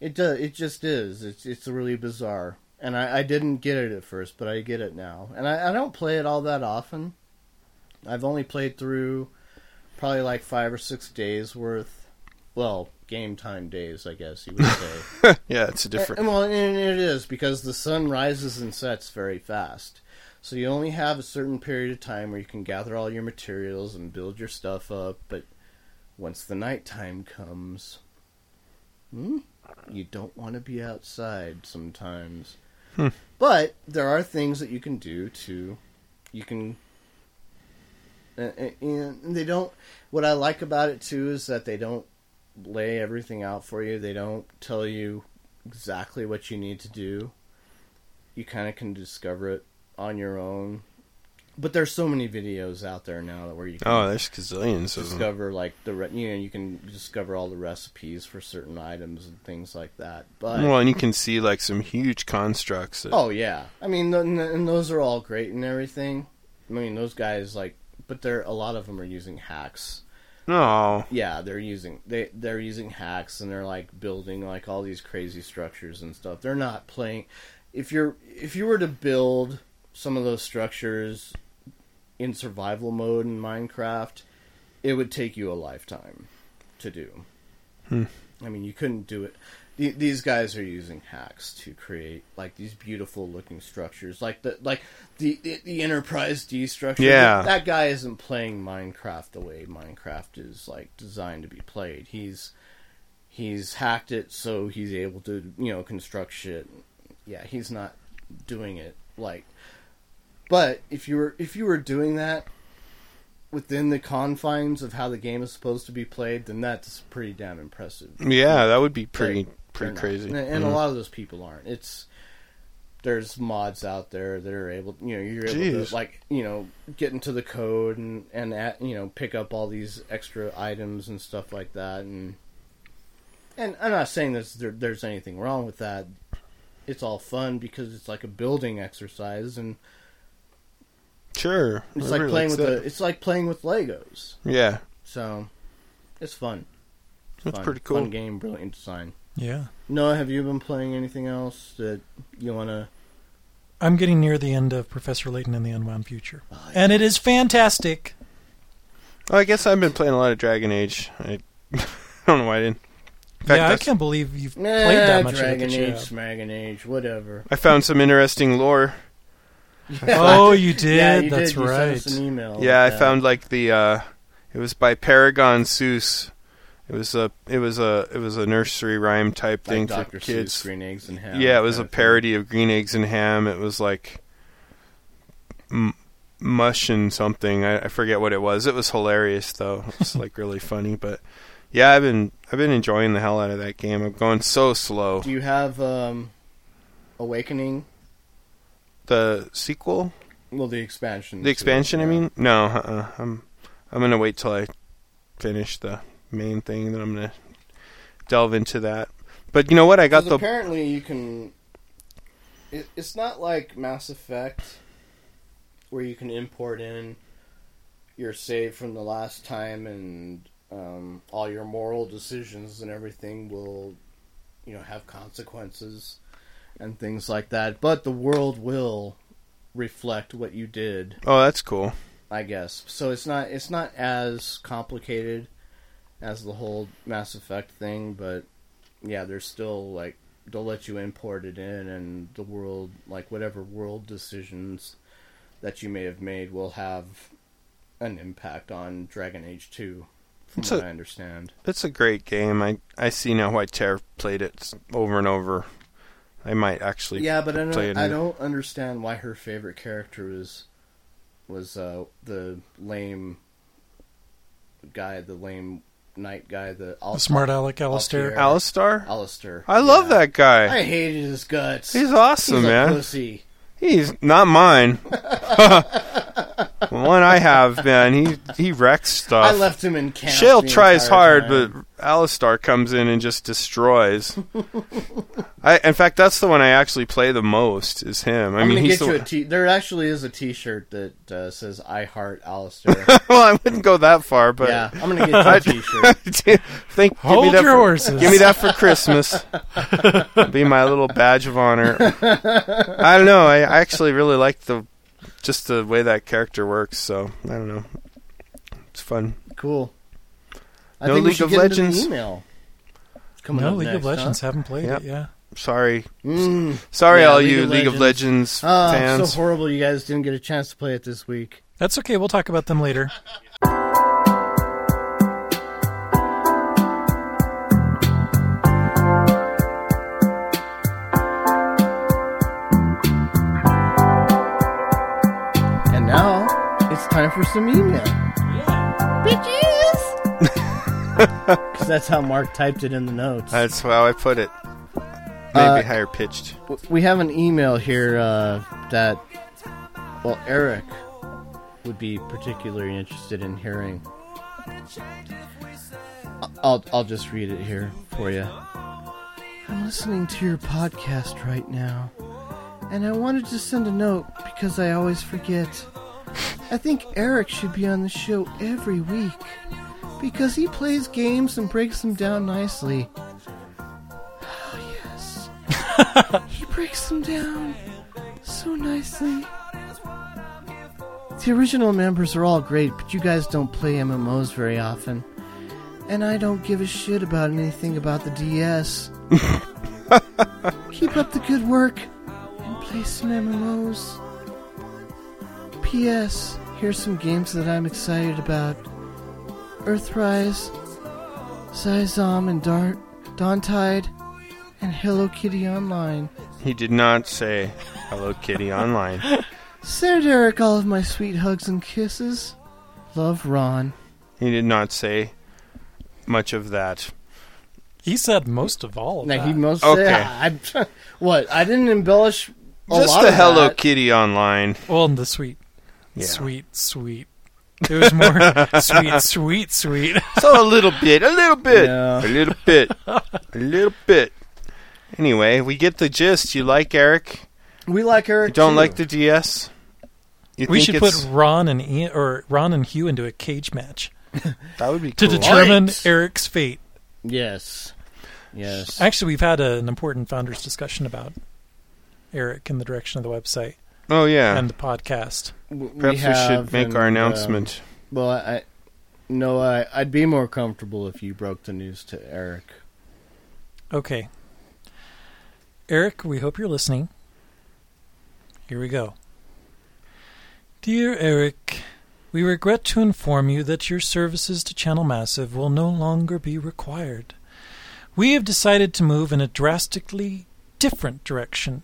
Speaker 3: it does. It just is. It's it's really bizarre, and I, I didn't get it at first, but I get it now, and I, I don't play it all that often. I've only played through probably like five or six days worth well, game time days, I guess you would say.
Speaker 4: Yeah, it's a different.
Speaker 3: And, well, and it is because the sun rises and sets very fast. So you only have a certain period of time where you can gather all your materials and build your stuff up, but once the nighttime comes, hmm, you don't want to be outside sometimes. But there are things that you can do to you can and- and and they don't what I like about it too is that they don't lay everything out for you. They don't tell you exactly what you need to do. You kind of can discover it on your own. But there's so many videos out there now that where you can
Speaker 4: Oh, there's gazillions of them.
Speaker 3: discover like the re- you know you can discover all the recipes for certain items and things like that. But
Speaker 4: Well, and you can see like some huge constructs. That,
Speaker 3: Oh yeah, I mean, th- and and those are all great and everything. I mean, those guys like, but they're a lot of them are using hacks.
Speaker 4: no,
Speaker 3: Yeah, they're using they they're using hacks and they're like building like all these crazy structures and stuff. They're not playing. If you're if you were to build some of those structures in survival mode in Minecraft, it would take you a lifetime to do. I mean, you couldn't do it. The- These guys are using hacks to create like these beautiful looking structures, like the like the the, the Enterprise D structure.
Speaker 4: Yeah.
Speaker 3: that guy isn't playing Minecraft the way Minecraft is like designed to be played. He's he's hacked it so he's able to you know construct shit. Yeah, he's not doing it like. But if you were if you were doing that within the confines of how the game is supposed to be played, then that's pretty damn impressive.
Speaker 4: yeah, that would be pretty
Speaker 3: They're-
Speaker 4: pretty
Speaker 3: they're not.
Speaker 4: crazy.
Speaker 3: And, and
Speaker 4: Mhm.
Speaker 3: a lot of those people aren't. It's there's mods out there that are able, you know, you're able
Speaker 4: Jeez.
Speaker 3: to like, you know, get into the code and and at, you know, pick up all these extra items and stuff like that. And and I'm not saying that there, there's anything wrong with that. It's all fun because it's like a building exercise, and
Speaker 4: sure.
Speaker 3: it's
Speaker 4: I
Speaker 3: like
Speaker 4: really
Speaker 3: playing
Speaker 4: like
Speaker 3: with the, it's like playing with Legos.
Speaker 4: Yeah,
Speaker 3: So it's fun. It's
Speaker 4: That's
Speaker 3: fun.
Speaker 4: pretty cool.
Speaker 3: Fun game, brilliant design.
Speaker 2: Yeah.
Speaker 3: Noah, have you been playing anything else that you want to?
Speaker 2: I'm getting near the end of Professor Layton and the Unwound Future,
Speaker 3: Oh,
Speaker 2: and it is fantastic.
Speaker 4: Well, I guess I've been playing a lot of Dragon Age. I, don't know why I didn't. In fact,
Speaker 2: yeah, I
Speaker 4: that's-
Speaker 2: can't believe you've
Speaker 3: Nah,
Speaker 2: played that much
Speaker 3: Dragon
Speaker 2: of it.
Speaker 3: Age,
Speaker 2: that you
Speaker 3: Smagon Age, whatever.
Speaker 4: I found some interesting lore.
Speaker 2: have. Oh, you did.
Speaker 3: yeah, you
Speaker 2: That's
Speaker 3: did. You sent
Speaker 2: right.
Speaker 3: us an email.
Speaker 4: Yeah, I
Speaker 3: with that.
Speaker 4: found like the uh it was by Paragon Seuss. It was a it was a it was a nursery rhyme type
Speaker 3: like
Speaker 4: thing
Speaker 3: Dr.
Speaker 4: for
Speaker 3: Seuss,
Speaker 4: kids.
Speaker 3: Green Eggs and Ham.
Speaker 4: yeah, it was a
Speaker 3: kind of thing.
Speaker 4: parody of Green Eggs and Ham. It was like m- mush and something. I, I forget what it was. It was hilarious though. It's like really funny, but yeah, I've been I've been enjoying the hell out of that game. I'm going so slow.
Speaker 3: Do you have um, Awakening?
Speaker 4: The sequel,
Speaker 3: Well, the expansion.
Speaker 4: the expansion. I
Speaker 3: Yeah.
Speaker 4: mean, no, uh-uh. I'm I'm gonna wait till I finish the main thing. Then I'm gonna delve into that. But you know what? I got
Speaker 3: Because
Speaker 4: the
Speaker 3: apparently you can. It, it's not like Mass Effect, where you can import in your save from the last time and um, all your moral decisions and everything will, you know, have consequences and things like that. But the world will reflect what you did
Speaker 4: oh, that's cool.
Speaker 3: I guess. So it's not it's not as complicated as the whole Mass Effect thing, but yeah, there's still like they'll let you import it in, and the world like whatever world decisions that you may have made will have an impact on Dragon Age Two, from
Speaker 4: It's
Speaker 3: what
Speaker 4: a-
Speaker 3: I understand.
Speaker 4: It's a great game. I I see now why Ter played it over and over. I might actually
Speaker 3: Yeah, but I
Speaker 4: play it. in-
Speaker 3: don't, I don't understand why her favorite character was was uh, the lame guy, the lame knight guy, the
Speaker 2: The smart Alec
Speaker 3: Altair.
Speaker 2: Alistair.
Speaker 4: Alistar.
Speaker 3: Alistair.
Speaker 4: I love
Speaker 3: Yeah.
Speaker 4: that guy.
Speaker 3: I hated his guts.
Speaker 4: He's awesome,
Speaker 3: He's a
Speaker 4: man.
Speaker 3: pussy.
Speaker 4: He's not mine. the one I have, man. He he wrecks stuff.
Speaker 3: I left him in camp.
Speaker 4: Shale
Speaker 3: the
Speaker 4: tries
Speaker 3: entire
Speaker 4: hard,
Speaker 3: time.
Speaker 4: but Alistar comes in and just destroys. I, in fact, that's the one I actually play the most. Is him? I
Speaker 3: I'm
Speaker 4: mean,
Speaker 3: gonna
Speaker 4: he's
Speaker 3: get
Speaker 4: the
Speaker 3: you a
Speaker 4: one-
Speaker 3: t. There actually is a T-shirt that uh, says "I heart Alistair."
Speaker 4: well, I wouldn't go that far, but
Speaker 3: yeah, I'm gonna get you a T-shirt.
Speaker 4: Thank, give me
Speaker 2: Hold
Speaker 4: that
Speaker 2: your
Speaker 4: for,
Speaker 2: horses.
Speaker 4: Give me that for Christmas. Be my little badge of honor. I don't know. I, I actually really like the just the way that character works. So I don't know. It's fun.
Speaker 3: Cool. I
Speaker 4: No
Speaker 3: think we
Speaker 4: League
Speaker 3: should
Speaker 4: of
Speaker 3: get into the
Speaker 4: Legends?
Speaker 3: email. It's Coming
Speaker 2: No,
Speaker 3: up
Speaker 2: League
Speaker 3: next,
Speaker 2: of Legends haven't played
Speaker 4: Yep.
Speaker 2: it. Yeah,
Speaker 4: Sorry,
Speaker 3: Huh? Mm.
Speaker 4: sorry,
Speaker 3: Yeah,
Speaker 4: all
Speaker 3: League
Speaker 4: you
Speaker 3: of
Speaker 4: League of Legends
Speaker 3: Ah,
Speaker 4: fans.
Speaker 3: so horrible you guys didn't get a chance to play it this week.
Speaker 2: that's okay. We'll talk about them later.
Speaker 3: And now it's time for some email. Because that's how Mark typed it in the notes.
Speaker 4: That's how I put it. Maybe
Speaker 3: Uh,
Speaker 4: higher pitched.
Speaker 3: W- we have an email here uh, that, well, Eric would be particularly interested in hearing. I- I'll, I'll just read it here for you. I'm listening to your podcast right now, and I wanted to send a note because I always forget. I think Eric should be on the show every week because he plays games and breaks them down nicely. Oh, yes. He breaks them down so nicely. The original members are all great, but you guys don't play MMOs very often. And I don't give a shit about anything about the DS. Keep up the good work and play some MMOs. P.S. Here's some games that I'm excited about Earthrise, Zizom and Dart, Dawntide, and Hello Kitty Online.
Speaker 4: He did not say "Hello Kitty" online.
Speaker 3: Send Eric all of my sweet hugs and kisses. Love Ron.
Speaker 4: He did not say much of that.
Speaker 2: He said most of all. Of
Speaker 3: Now
Speaker 2: that.
Speaker 3: he must
Speaker 4: Okay.
Speaker 3: say, I, "What? I didn't embellish a
Speaker 4: Just
Speaker 3: lot
Speaker 4: the
Speaker 3: of
Speaker 4: Hello
Speaker 3: that.
Speaker 4: Kitty online.
Speaker 2: well, and the sweet,
Speaker 4: Yeah.
Speaker 2: sweet, sweet. It was more sweet, sweet, sweet.
Speaker 4: So a little bit, a little bit,
Speaker 3: Yeah.
Speaker 4: a little bit, a little bit. Anyway, we get the gist. You like Eric?
Speaker 3: We like
Speaker 4: You
Speaker 3: Eric.
Speaker 4: don't
Speaker 3: too.
Speaker 4: like the DS? You
Speaker 2: We
Speaker 4: think
Speaker 2: should put
Speaker 4: it's-
Speaker 2: Ron and Ian, or Ron and Hugh into a cage match
Speaker 4: that would be
Speaker 2: to
Speaker 4: cool.
Speaker 2: determine
Speaker 3: Right.
Speaker 2: Eric's fate.
Speaker 3: Yes, yes.
Speaker 2: Actually, we've had an important founders discussion about Eric and the direction of the website
Speaker 4: Oh yeah.
Speaker 2: and the podcast.
Speaker 3: W- we
Speaker 4: Perhaps we,
Speaker 3: have
Speaker 4: should make
Speaker 3: an,
Speaker 4: our
Speaker 3: um,
Speaker 4: announcement.
Speaker 3: well, I, I no, I, I'd be more comfortable if you broke the news to Eric.
Speaker 2: Okay. Eric, we hope you're listening. Here we go. Dear Eric, we regret to inform you that your services to Channel Massive will no longer be required. We have decided to move in a drastically different direction.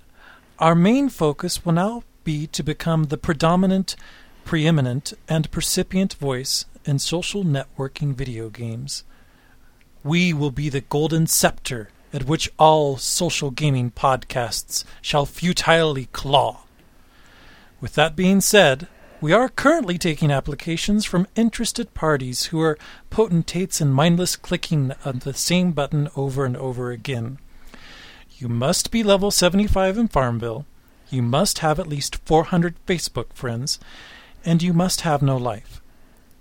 Speaker 2: Our main focus will now be to become the predominant, preeminent, and percipient voice in social networking video games. We will be the golden scepter at which all social gaming podcasts shall futilely claw. With that being said, we are currently taking applications from interested parties who are potentates in mindless clicking of the same button over and over again. You must be level 75 in Farmville, you must have at least 400 Facebook friends, and you must have no life.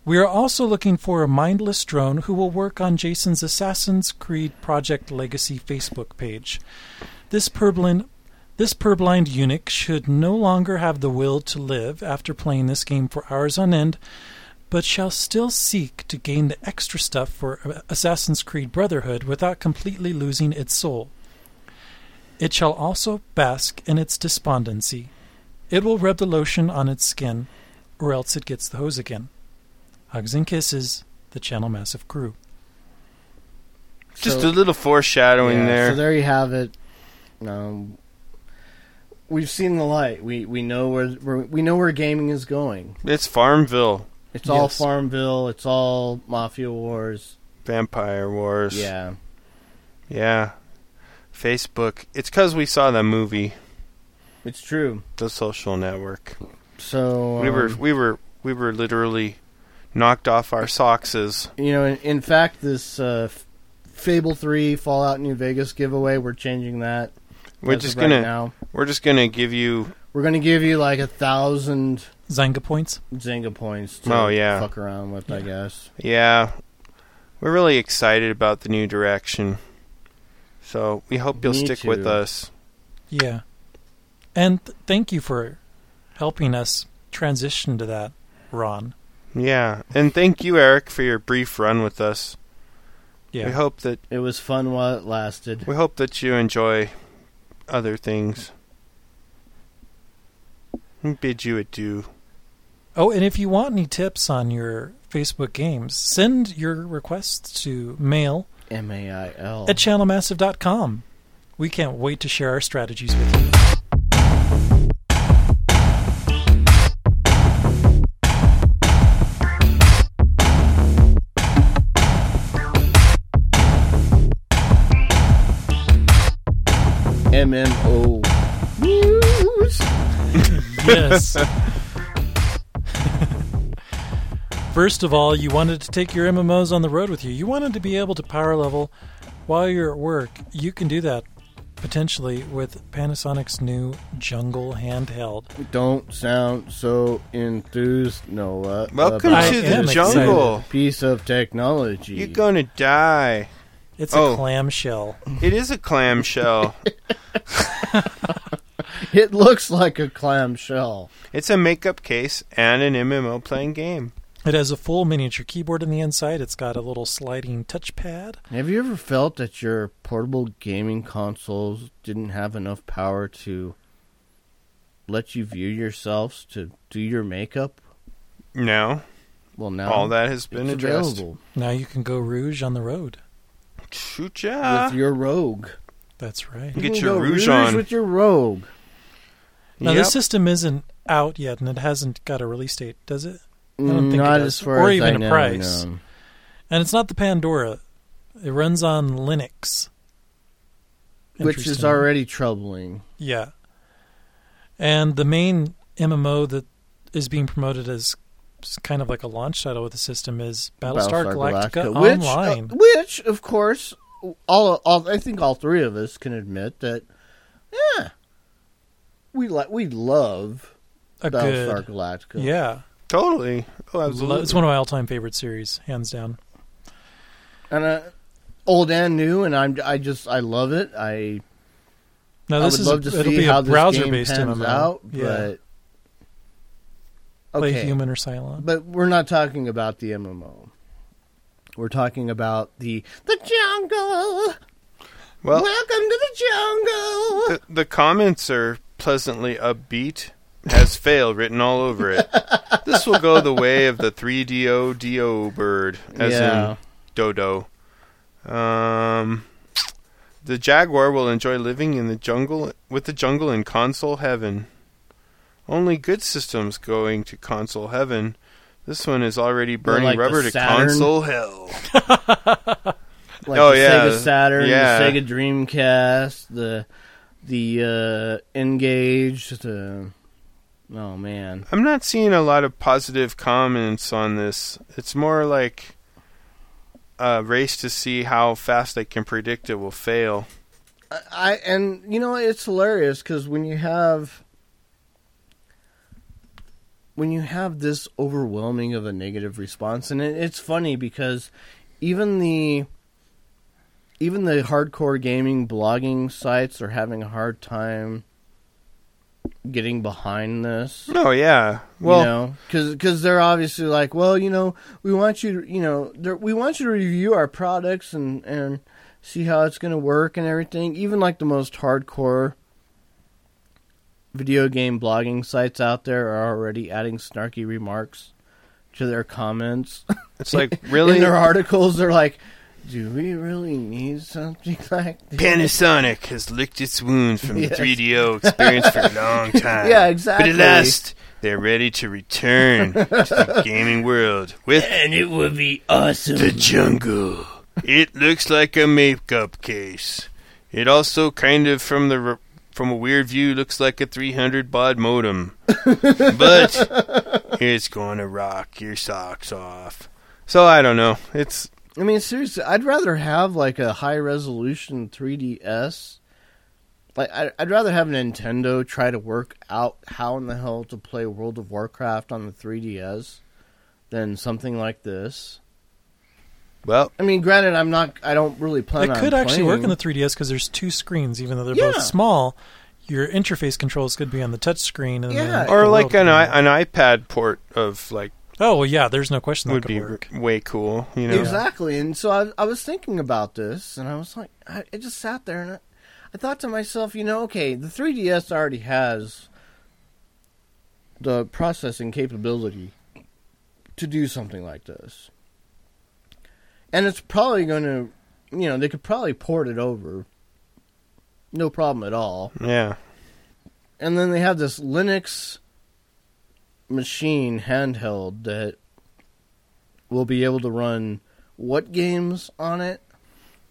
Speaker 2: We are also looking for a mindless drone who will work on Jason's Assassin's Creed Project Legacy Facebook page. This purblind, this purblind eunuch should no longer have the will to live after playing this game for hours on end, but shall still seek to gain the extra stuff for Assassin's Creed Brotherhood without completely losing its soul. It shall also bask in its despondency. It will rub the lotion on its skin, or else it gets the hose again. Hugs and kisses, the Channel Massive crew.
Speaker 4: Just a
Speaker 3: So-
Speaker 4: little foreshadowing
Speaker 3: Yeah,
Speaker 4: there.
Speaker 3: So there you have it. Um, we've seen the light. We we know where, where we know where gaming is going.
Speaker 4: It's Farmville,
Speaker 3: It's all
Speaker 2: Yes.
Speaker 3: Farmville. It's all Mafia Wars.
Speaker 4: Vampire Wars.
Speaker 3: Yeah.
Speaker 4: Yeah. Facebook. It's because we saw that movie,
Speaker 3: It's true.
Speaker 4: The Social Network.
Speaker 3: So
Speaker 4: we were
Speaker 3: um,
Speaker 4: we were we were literally knocked off our sockses.
Speaker 3: you know, in, in fact, this uh, F- Fable Three Fallout New Vegas giveaway. We're changing that.
Speaker 4: We're
Speaker 3: as of
Speaker 4: just
Speaker 3: right
Speaker 4: gonna
Speaker 3: now.
Speaker 4: we're just gonna give you
Speaker 3: We're gonna give you like a thousand
Speaker 2: Zanga points.
Speaker 3: Zynga points. To
Speaker 4: Oh, yeah.
Speaker 3: fuck around with, I
Speaker 2: Yeah.
Speaker 3: guess.
Speaker 4: yeah. We're really excited about the new direction. So we hope you'll
Speaker 3: Me
Speaker 4: stick with
Speaker 3: too.
Speaker 4: us.
Speaker 2: Yeah. And th- thank you for helping us transition to that, Ron.
Speaker 4: Yeah. And thank you, Eric, for your brief run with us. We
Speaker 2: Yeah.
Speaker 4: hope that
Speaker 3: It was fun while it lasted.
Speaker 4: we hope that you enjoy other things. We Bid you adieu.
Speaker 2: Oh, and if you want any tips on your Facebook games, send your requests to mail
Speaker 3: M A I L.
Speaker 2: at channelmassive.com. We can't wait to share our strategies with you.
Speaker 3: M M O.
Speaker 2: Yes. First of all, you wanted to take your MMOs on the road with you. You wanted to be able to power level while you're at work. You can do that potentially with Panasonic's new Jungle handheld.
Speaker 3: Don't sound so enthused, Noah.
Speaker 4: Welcome
Speaker 3: about
Speaker 2: I
Speaker 4: to
Speaker 2: am
Speaker 4: the
Speaker 3: this
Speaker 2: excited.
Speaker 4: jungle.
Speaker 3: Piece of technology.
Speaker 4: You're gonna die.
Speaker 2: It's
Speaker 4: Oh.
Speaker 2: a clamshell.
Speaker 4: It is a clamshell.
Speaker 3: It looks like a clamshell.
Speaker 4: it's a makeup case and an MMO playing game.
Speaker 2: It has a full miniature keyboard on the inside. It's got a little sliding touchpad.
Speaker 3: Have you ever felt that your portable gaming consoles didn't have enough power to let you view yourselves to do your makeup?
Speaker 4: No,
Speaker 3: Well, now
Speaker 4: all that has been
Speaker 3: it's
Speaker 4: addressed.
Speaker 3: available
Speaker 2: Now you can go rouge on the road.
Speaker 4: Shoot ya.
Speaker 3: with your Rogue.
Speaker 2: That's right.
Speaker 4: Uh, Get
Speaker 3: You can
Speaker 4: your
Speaker 3: go
Speaker 4: rouge on.
Speaker 3: with your Rogue.
Speaker 2: Now
Speaker 4: Yep.
Speaker 2: this system isn't out yet, and it hasn't got a release date, does it? don't think it
Speaker 3: Not
Speaker 2: does.
Speaker 3: as far
Speaker 2: Or
Speaker 3: as
Speaker 2: even
Speaker 3: I
Speaker 2: a
Speaker 3: know,
Speaker 2: price.
Speaker 3: no.
Speaker 2: And it's not the Pandora. It runs on Linux.
Speaker 3: which is
Speaker 2: Interesting.
Speaker 3: already troubling.
Speaker 2: Yeah. And the main MMO that is being promoted as s- kind of like a launch title with the system is Battlestar, Galactica,
Speaker 3: which,
Speaker 2: Online.
Speaker 3: uh, which, of course, all, all I think all three of us can admit that, yeah, we like we love
Speaker 2: a
Speaker 3: Battlestar
Speaker 2: good,
Speaker 3: Galactica.
Speaker 2: yeah.
Speaker 4: Totally. Oh, absolutely.
Speaker 2: It's one of my all-time favorite series, hands down.
Speaker 3: and uh, old and new, and I'm I just I love it. I
Speaker 2: Now
Speaker 3: I
Speaker 2: this
Speaker 3: would
Speaker 2: is
Speaker 3: love
Speaker 2: a,
Speaker 3: to
Speaker 2: it'll
Speaker 3: see
Speaker 2: be
Speaker 3: how
Speaker 2: a
Speaker 3: this
Speaker 2: browser-based
Speaker 3: game pans
Speaker 2: MMO.
Speaker 3: out,
Speaker 2: yeah.
Speaker 3: but
Speaker 2: play
Speaker 3: okay,
Speaker 2: human or Cylon.
Speaker 3: but we're not talking about the MMO. We're talking about the the jungle.
Speaker 4: well,
Speaker 3: Welcome to the jungle.
Speaker 4: the, the comments are pleasantly upbeat. Has fail written all over it. this will go the way of the 3DO DO bird, as in dodo. Um, the jaguar will enjoy living in the jungle with the jungle in console heaven. Only good systems going to console heaven. This one is already burning
Speaker 3: like the
Speaker 4: rubber to
Speaker 3: Saturn?
Speaker 4: console hell.
Speaker 3: like
Speaker 4: Oh,
Speaker 3: the
Speaker 4: yeah.
Speaker 3: Sega Saturn,
Speaker 4: Yeah.
Speaker 3: the Sega Dreamcast, the the uh, Engage, the oh man,
Speaker 4: I'm not seeing a lot of positive comments on this. It's more like a race to see how fast they can predict it will fail.
Speaker 3: I, I and you know it's hilarious because when you have when you have this overwhelming of a negative response, and it, it's funny because even the even the hardcore gaming blogging sites are having a hard time getting behind this.
Speaker 4: Oh yeah. Well,
Speaker 3: Well, you know, because they're obviously like, well, you know, we want you to, you know, they're- we want you to review our products and and see how it's going to work and everything. Even like the most hardcore video game blogging sites out there are already adding snarky remarks to their comments.
Speaker 4: it's like really
Speaker 3: in their articles, they're like, "Do we really need something like this?"
Speaker 4: Panasonic has licked its wound from
Speaker 3: Yes.
Speaker 4: the 3DO experience for a long time.
Speaker 3: Yeah, exactly.
Speaker 4: But at last, they're ready to return to the gaming world with
Speaker 3: And it would be awesome.
Speaker 4: the jungle. It looks like a makeup case. It also kind of from the r- from a weird view looks like a 300 baud modem. but it's going to rock your socks off. So I don't know. It's
Speaker 3: I mean, seriously, I'd rather have like a high resolution 3DS. Like, I- I'd rather have Nintendo try to work out how in the hell to play World of Warcraft on the 3DS than something like this.
Speaker 4: well,
Speaker 3: I mean, granted, I'm not. I don't really plan.
Speaker 2: It
Speaker 3: on
Speaker 2: could actually work
Speaker 3: playing-
Speaker 2: on the 3DS because there's two screens, even though they're
Speaker 3: Yeah.
Speaker 2: both small. Your interface controls could be on the touch screen, and
Speaker 3: Yeah.
Speaker 2: then
Speaker 4: or
Speaker 2: the
Speaker 4: like
Speaker 2: world can-
Speaker 4: an i- an iPad port of like
Speaker 2: Oh well, yeah. There's no question that
Speaker 4: would
Speaker 2: could
Speaker 4: be
Speaker 2: work.
Speaker 4: r- way cool. You know,
Speaker 3: Exactly. And so I, I was thinking about this, and I was like, I, I just sat there and I, I thought to myself, you know, okay, the 3DS already has the processing capability to do something like this. And it's probably going to, you know, they could probably port it over. No problem at all.
Speaker 4: yeah.
Speaker 3: And then they have this Linux machine handheld that will be able to run what games on it?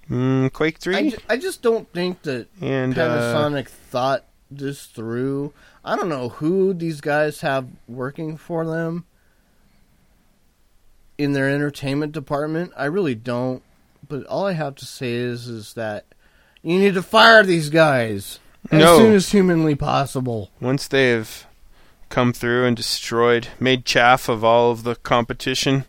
Speaker 4: Mm, Quake
Speaker 3: I,
Speaker 4: three
Speaker 3: ju- I just don't think that
Speaker 4: and uh,
Speaker 3: Panasonic thought this through. I don't know who these guys have working for them in their entertainment department. I really don't. But all I have to say is, is that you need to fire these guys as
Speaker 4: No.
Speaker 3: soon as humanly possible.
Speaker 4: once they've come through and destroyed, made chaff of all of the competition.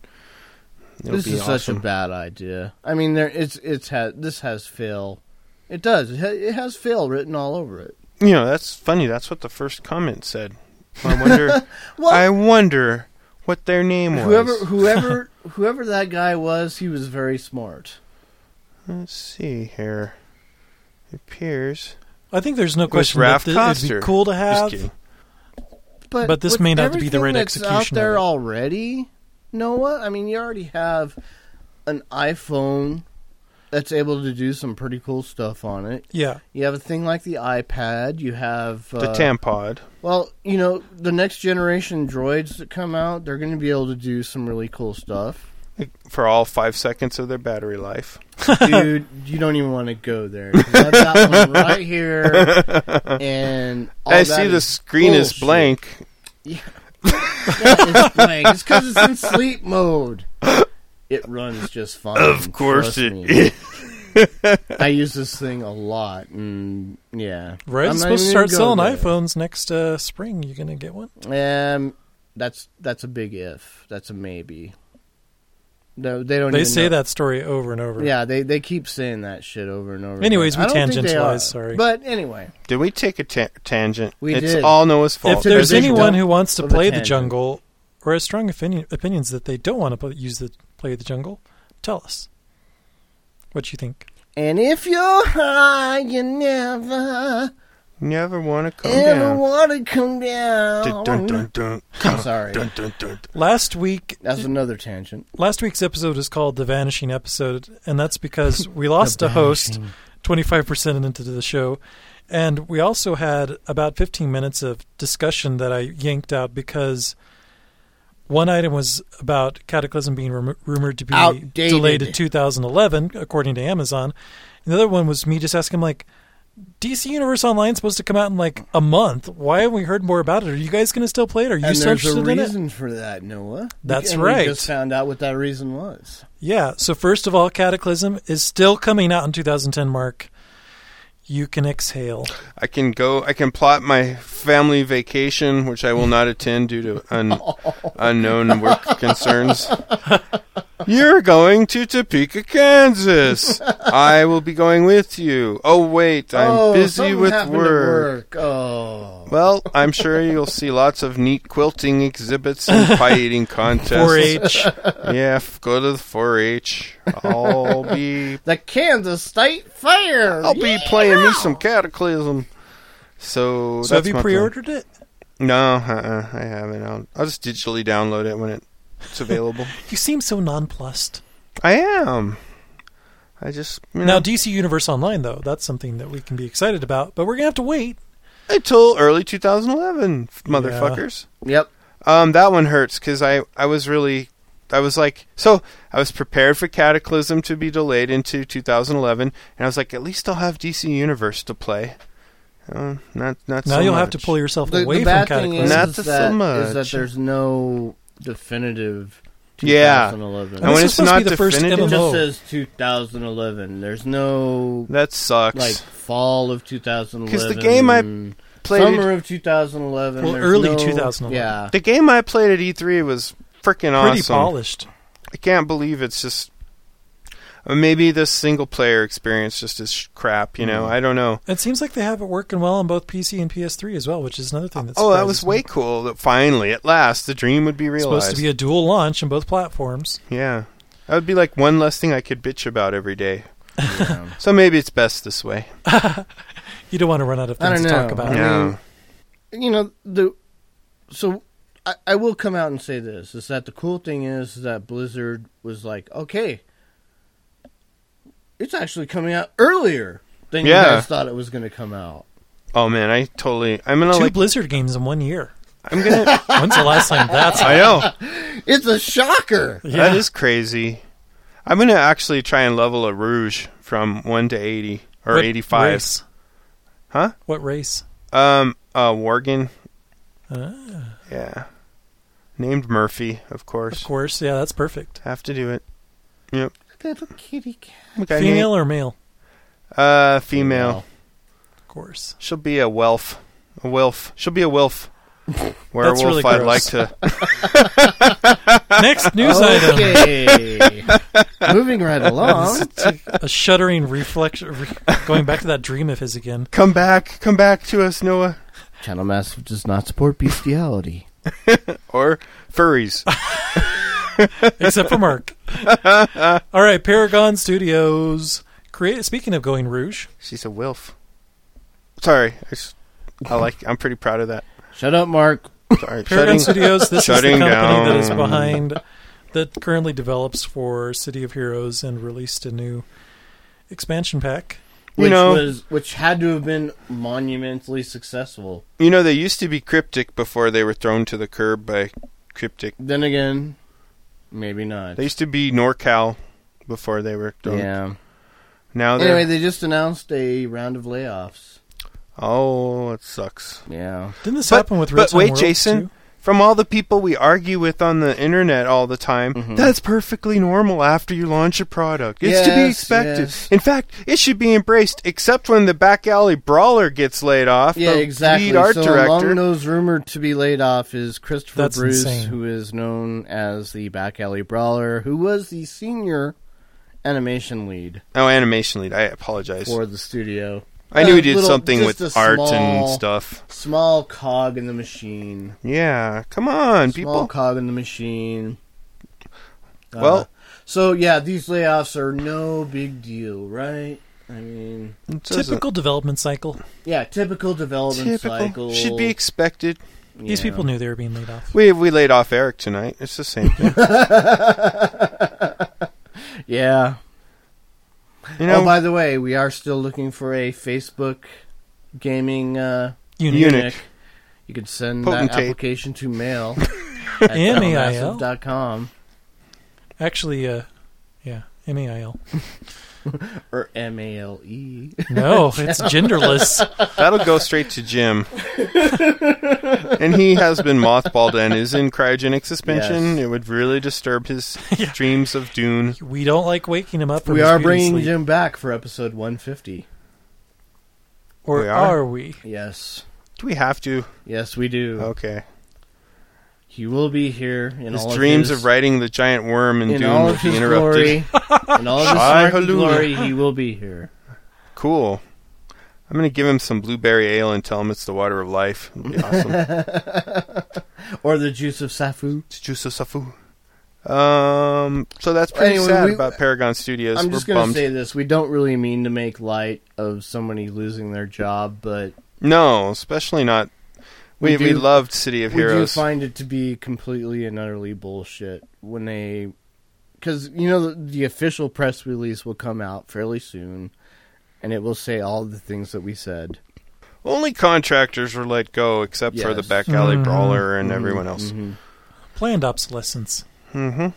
Speaker 4: It'll
Speaker 3: this
Speaker 4: be
Speaker 3: is such a
Speaker 4: awesome.
Speaker 3: bad idea. I mean, there it's it's ha- this has fail. It does. It, ha- it has fail written all over it.
Speaker 4: You know, that's funny. That's what the first comment said. I wonder.
Speaker 3: Well,
Speaker 4: I wonder what their name was.
Speaker 3: whoever whoever whoever that guy was, he was very smart.
Speaker 4: Let's see here. It appears.
Speaker 2: I think there's no
Speaker 4: It was
Speaker 2: question that
Speaker 4: Raph
Speaker 2: th- it'd
Speaker 4: Koster.
Speaker 2: be cool to
Speaker 4: Just
Speaker 2: have.
Speaker 4: kidding.
Speaker 3: But
Speaker 2: But this
Speaker 3: with
Speaker 2: may not be the
Speaker 3: everything
Speaker 2: right
Speaker 3: that's
Speaker 2: execution
Speaker 3: out
Speaker 2: of
Speaker 3: there
Speaker 2: it.
Speaker 3: already. Noah, I mean, you already have an iPhone that's able to do some pretty cool stuff on it.
Speaker 2: Yeah,
Speaker 3: You have a thing like the iPad. You have uh,
Speaker 4: The Tampod.
Speaker 3: Well, you know, the next generation droids that come out, they're going to be able to do some really cool stuff.
Speaker 4: For all five seconds of their battery life.
Speaker 3: Dude, you don't even want to go there. 'cause I've got one right here, and all
Speaker 4: I
Speaker 3: that
Speaker 4: see the
Speaker 3: is
Speaker 4: screen is
Speaker 3: bullshit.
Speaker 4: blank.
Speaker 3: Yeah, it's blank. It's because it's in sleep mode. It runs just fine.
Speaker 4: Of course
Speaker 3: trust
Speaker 4: it
Speaker 3: me.
Speaker 4: is.
Speaker 3: I use this thing a lot, and yeah,
Speaker 2: right.
Speaker 3: I'm
Speaker 2: it's
Speaker 3: not
Speaker 2: supposed to
Speaker 3: even
Speaker 2: start
Speaker 3: gonna
Speaker 2: selling
Speaker 3: go
Speaker 2: iPhones next uh, spring. You gonna get one?
Speaker 3: there. Um, that's that's a big if. That's a maybe. No, they don't.
Speaker 2: They
Speaker 3: even
Speaker 2: say
Speaker 3: know.
Speaker 2: that story over and over.
Speaker 3: Yeah, they they keep saying that shit over and over.
Speaker 2: Anyways,
Speaker 3: again.
Speaker 2: we
Speaker 3: I don't think they
Speaker 2: tangentialized,
Speaker 3: are,
Speaker 2: sorry.
Speaker 3: But anyway,
Speaker 4: Did we take a ta- tangent?
Speaker 3: We
Speaker 4: it's
Speaker 3: did.
Speaker 4: all Noah's fault.
Speaker 2: If there's
Speaker 3: They don't
Speaker 2: anyone who wants to
Speaker 3: love a
Speaker 2: play the
Speaker 3: tangent.
Speaker 2: jungle or has strong opinion, opinions that they don't want to play, use the play the jungle, tell us what you think.
Speaker 3: and if you're high, you never
Speaker 4: Never want to come
Speaker 3: ever
Speaker 4: down.
Speaker 3: want to come down.
Speaker 4: Dun, dun, dun, dun.
Speaker 3: I'm sorry.
Speaker 4: Dun, dun, dun.
Speaker 2: Last week,
Speaker 3: That's another tangent.
Speaker 2: last week's episode is called the vanishing episode, and that's because we lost a host, twenty five percent into the show, and we also had about fifteen minutes of discussion that I yanked out because. One item was about Cataclysm being rum- rumored to be
Speaker 3: Outdated.
Speaker 2: delayed to 2011, according to Amazon. And the other one was me just asking, like, DC Universe Online is supposed to come out in like a month. Why haven't we heard more about it? Are you guys going to still play it? Are you
Speaker 3: and
Speaker 2: still
Speaker 3: there's a
Speaker 2: interested in it?
Speaker 3: reason for that, Noah.
Speaker 2: That's
Speaker 3: and
Speaker 2: right.
Speaker 3: We just found out what that reason was.
Speaker 2: Yeah. So first of all, Cataclysm is still coming out in 2010. Mark, you can exhale.
Speaker 4: I can go. I can plot my family vacation, which I will not attend due to un,
Speaker 3: Oh.
Speaker 4: unknown work concerns. You're going to Topeka, Kansas. I will be going with you. Oh wait, I'm
Speaker 3: oh,
Speaker 4: busy
Speaker 3: something
Speaker 4: with
Speaker 3: happened
Speaker 4: work.
Speaker 3: At work. Oh,
Speaker 4: Well, I'm sure you'll see lots of neat quilting exhibits and pie eating contests.
Speaker 2: 4-H.
Speaker 4: Yeah, f- go to the 4-H. I'll be
Speaker 3: the Kansas State Fair.
Speaker 4: I'll be playing me some Cataclysm. So,
Speaker 2: so have
Speaker 4: that's
Speaker 2: you
Speaker 4: my plan.
Speaker 2: pre-ordered it?
Speaker 4: No, uh-uh, I haven't. I'll, I'll just digitally download it when it's available.
Speaker 2: You seem so nonplussed.
Speaker 4: I am. I just you know,
Speaker 2: Now DC Universe Online though, that's something that we can be excited about, but we're gonna have to wait.
Speaker 4: until early 2011, f- motherfuckers.
Speaker 3: Yep.
Speaker 4: Um, that one hurts because I, I was really, I was like, so I was prepared for Cataclysm to be delayed into 2011, and I was like, at least I'll have DC Universe to play. Uh, not, not.
Speaker 2: Now
Speaker 4: so
Speaker 2: you'll have to
Speaker 4: much.
Speaker 2: pull yourself
Speaker 3: The,
Speaker 2: away
Speaker 3: the
Speaker 2: from
Speaker 3: bad thing
Speaker 2: Cataclysm.
Speaker 3: is,
Speaker 4: Not
Speaker 3: is
Speaker 4: so
Speaker 3: that, is that
Speaker 4: much.
Speaker 3: there's no definitive
Speaker 4: Yeah.
Speaker 3: 2011.
Speaker 4: And when
Speaker 2: this is
Speaker 4: it's
Speaker 2: supposed to
Speaker 4: not
Speaker 2: be the first
Speaker 4: definitive-
Speaker 3: it
Speaker 2: MMO.
Speaker 3: just says 2011. There's no
Speaker 4: That sucks.
Speaker 3: like fall of 2011.
Speaker 4: Because the game I played-
Speaker 3: summer of 2011.
Speaker 2: Well,
Speaker 3: there's
Speaker 2: early
Speaker 3: no-
Speaker 2: 2011.
Speaker 3: Yeah.
Speaker 4: the game I played at E3 was freaking
Speaker 2: Pretty
Speaker 4: awesome.
Speaker 2: polished.
Speaker 4: I can't believe it's just. Or uh, maybe the single player experience just is sh- crap. You
Speaker 2: Mm.
Speaker 4: know, I don't know.
Speaker 2: It seems like they have it working well on both PC and PS3 as well, which is another thing that's
Speaker 4: oh, that was way cool. That finally, at last, the dream would be realized.
Speaker 2: supposed to be a dual launch on both platforms.
Speaker 4: yeah, that would be like one less thing I could bitch about every day. so maybe it's best this way.
Speaker 2: You don't want to run out of
Speaker 3: I
Speaker 2: things to
Speaker 3: don't
Speaker 2: talk
Speaker 3: know.
Speaker 2: about.
Speaker 3: I
Speaker 4: Yeah.
Speaker 3: mean- you know the so I, I will come out and say this is that the cool thing is that blizzard was like okay it's actually coming out earlier than
Speaker 4: Yeah.
Speaker 3: you guys thought it was going to come out
Speaker 4: Oh man, I totally. I'm gonna
Speaker 2: Two
Speaker 4: like.
Speaker 2: Blizzard games in one year.
Speaker 4: I'm gonna.
Speaker 2: When's the last time that's
Speaker 4: I know.
Speaker 3: it's a shocker
Speaker 4: That is crazy. I'm gonna actually try and level a rouge from one to eighty or
Speaker 2: What
Speaker 4: eighty five.
Speaker 2: race?
Speaker 4: Huh?
Speaker 2: What race?
Speaker 4: Um, uh, Worgen.
Speaker 2: Uh,
Speaker 4: Yeah, named Murphy, of course.
Speaker 2: of course, yeah, that's perfect.
Speaker 4: Have to do it.
Speaker 3: little kitty cat
Speaker 4: Okay.
Speaker 2: Female or male?
Speaker 4: Uh, female.
Speaker 2: Of course.
Speaker 4: She'll be a welf. A wilf. She'll be a wilf. Werewolf.
Speaker 2: really
Speaker 4: I'd
Speaker 2: gross.
Speaker 4: like to.
Speaker 2: Next news item.
Speaker 3: okay moving right along
Speaker 2: a shuddering reflection, re- going back to that dream of his again.
Speaker 4: Come back. Come back to us, Noah.
Speaker 3: channel massive does not support bestiality
Speaker 4: Or furries.
Speaker 2: except for Mark. All right, Paragon Studios. Create. Speaking of going rouge,
Speaker 4: She's a wilf. Sorry. I, s- I like. I'm pretty proud of that.
Speaker 3: shut up mark
Speaker 4: Sorry.
Speaker 2: Paragon
Speaker 4: Shutting-
Speaker 2: Studios. This is the
Speaker 4: shutting
Speaker 2: company that is
Speaker 4: down.
Speaker 2: behind that currently develops for City of Heroes and released a new expansion pack.
Speaker 4: You
Speaker 3: which
Speaker 4: know-
Speaker 3: was which had to have been monumentally successful
Speaker 4: You know, they used to be cryptic before they were thrown to the curb by cryptic.
Speaker 3: then again maybe not
Speaker 4: They used to be NorCal before they were thrown.
Speaker 3: yeah
Speaker 4: Now they're.
Speaker 3: Anyway, they just announced a round of layoffs.
Speaker 4: oh, it sucks.
Speaker 3: Yeah.
Speaker 2: Didn't this
Speaker 4: But-
Speaker 2: happen with
Speaker 4: but
Speaker 2: Real Time
Speaker 4: wait,
Speaker 2: World
Speaker 4: Jason.
Speaker 2: too?
Speaker 4: From all the people we argue with on the internet all the time,
Speaker 3: Mm-hmm.
Speaker 4: that's perfectly normal after you launch a product. It's to be
Speaker 3: Yes,
Speaker 4: expected.
Speaker 3: yes.
Speaker 4: In fact, it should be embraced, except when the back alley brawler gets laid off.
Speaker 3: Yeah,
Speaker 4: the
Speaker 3: exactly.
Speaker 4: Lead art
Speaker 3: so
Speaker 4: director.
Speaker 3: among those rumored to be laid off is Christopher
Speaker 2: That's
Speaker 3: Bruce,
Speaker 2: insane.
Speaker 3: who is known as the Back Alley Brawler, who was the senior animation lead
Speaker 4: oh, animation lead. I apologize.
Speaker 3: for the studio.
Speaker 4: I knew
Speaker 3: A
Speaker 4: he did
Speaker 3: little-
Speaker 4: something
Speaker 3: just
Speaker 4: with
Speaker 3: a
Speaker 4: art and
Speaker 3: small-
Speaker 4: stuff.
Speaker 3: Small cog in the machine.
Speaker 4: Yeah, come on,
Speaker 3: Small
Speaker 4: people.
Speaker 3: cog in the machine. Uh,
Speaker 4: Well-
Speaker 3: so yeah, these layoffs are no big deal, right? I mean,
Speaker 4: It doesn't-
Speaker 2: Typical development cycle.
Speaker 3: yeah, typical development cycle.
Speaker 4: Should be expected.
Speaker 2: These
Speaker 3: yeah.
Speaker 2: people knew they were being laid off.
Speaker 4: We we laid off Eric tonight. It's the same thing.
Speaker 3: Yeah.
Speaker 4: You know,
Speaker 3: oh, by the way, we are still looking for a Facebook gaming uh,
Speaker 2: You
Speaker 4: Unit.
Speaker 3: eunuch. You can send that
Speaker 4: Potentate.
Speaker 3: application to mail
Speaker 2: M-A-I-L.
Speaker 3: at com
Speaker 2: Actually, uh, yeah, M A I L.
Speaker 3: or M A L E.
Speaker 2: No, it's genderless.
Speaker 4: that'll go straight to Jim. and he has been mothballed and is in cryogenic suspension.
Speaker 3: Yes.
Speaker 4: It would really disturb his dreams of Dune.
Speaker 2: We don't like waking him up. From
Speaker 3: We
Speaker 2: his
Speaker 3: are
Speaker 2: beauty
Speaker 3: bringing
Speaker 2: sleep.
Speaker 3: Jim back for episode 150.
Speaker 2: Or
Speaker 4: We are.
Speaker 2: are we?
Speaker 3: Yes.
Speaker 4: Do we have to?
Speaker 3: Yes, we do.
Speaker 4: Okay.
Speaker 3: He will be here in
Speaker 4: Oh. His
Speaker 3: all
Speaker 4: dreams
Speaker 3: of his,
Speaker 4: of riding the giant worm in,
Speaker 3: in
Speaker 4: Dune
Speaker 3: all
Speaker 4: would
Speaker 3: of
Speaker 4: be
Speaker 3: his
Speaker 4: interrupted.
Speaker 3: glory. in all of his
Speaker 4: Shai
Speaker 3: dark
Speaker 4: Hulud.
Speaker 3: glory, he will be here.
Speaker 4: Cool. I'm gonna give him some blueberry ale and tell him it's the water of life. It'd be awesome.
Speaker 3: Or the juice of Safu.
Speaker 4: it's juice of safu. Um. So that's pretty
Speaker 3: Anyway,
Speaker 4: sad
Speaker 3: we-
Speaker 4: about Paragon Studios.
Speaker 3: I'm
Speaker 4: We're
Speaker 3: just going
Speaker 4: bummed.
Speaker 3: to say this. We don't really mean to make light of somebody losing their job, but
Speaker 4: No, especially not. We
Speaker 3: We
Speaker 4: we,
Speaker 3: do-
Speaker 4: loved City of
Speaker 3: we do
Speaker 4: Heroes.
Speaker 3: find it to be completely and utterly bullshit when they. Because, you know, the, the official press release will come out fairly soon, and it will say all the things that we said.
Speaker 4: Only contractors were let go, except for the
Speaker 3: Yes.
Speaker 4: back alley
Speaker 2: Mhm.
Speaker 4: brawler and everyone else.
Speaker 2: Mm-hmm.
Speaker 3: Mhm.
Speaker 2: Planned obsolescence.
Speaker 4: hmm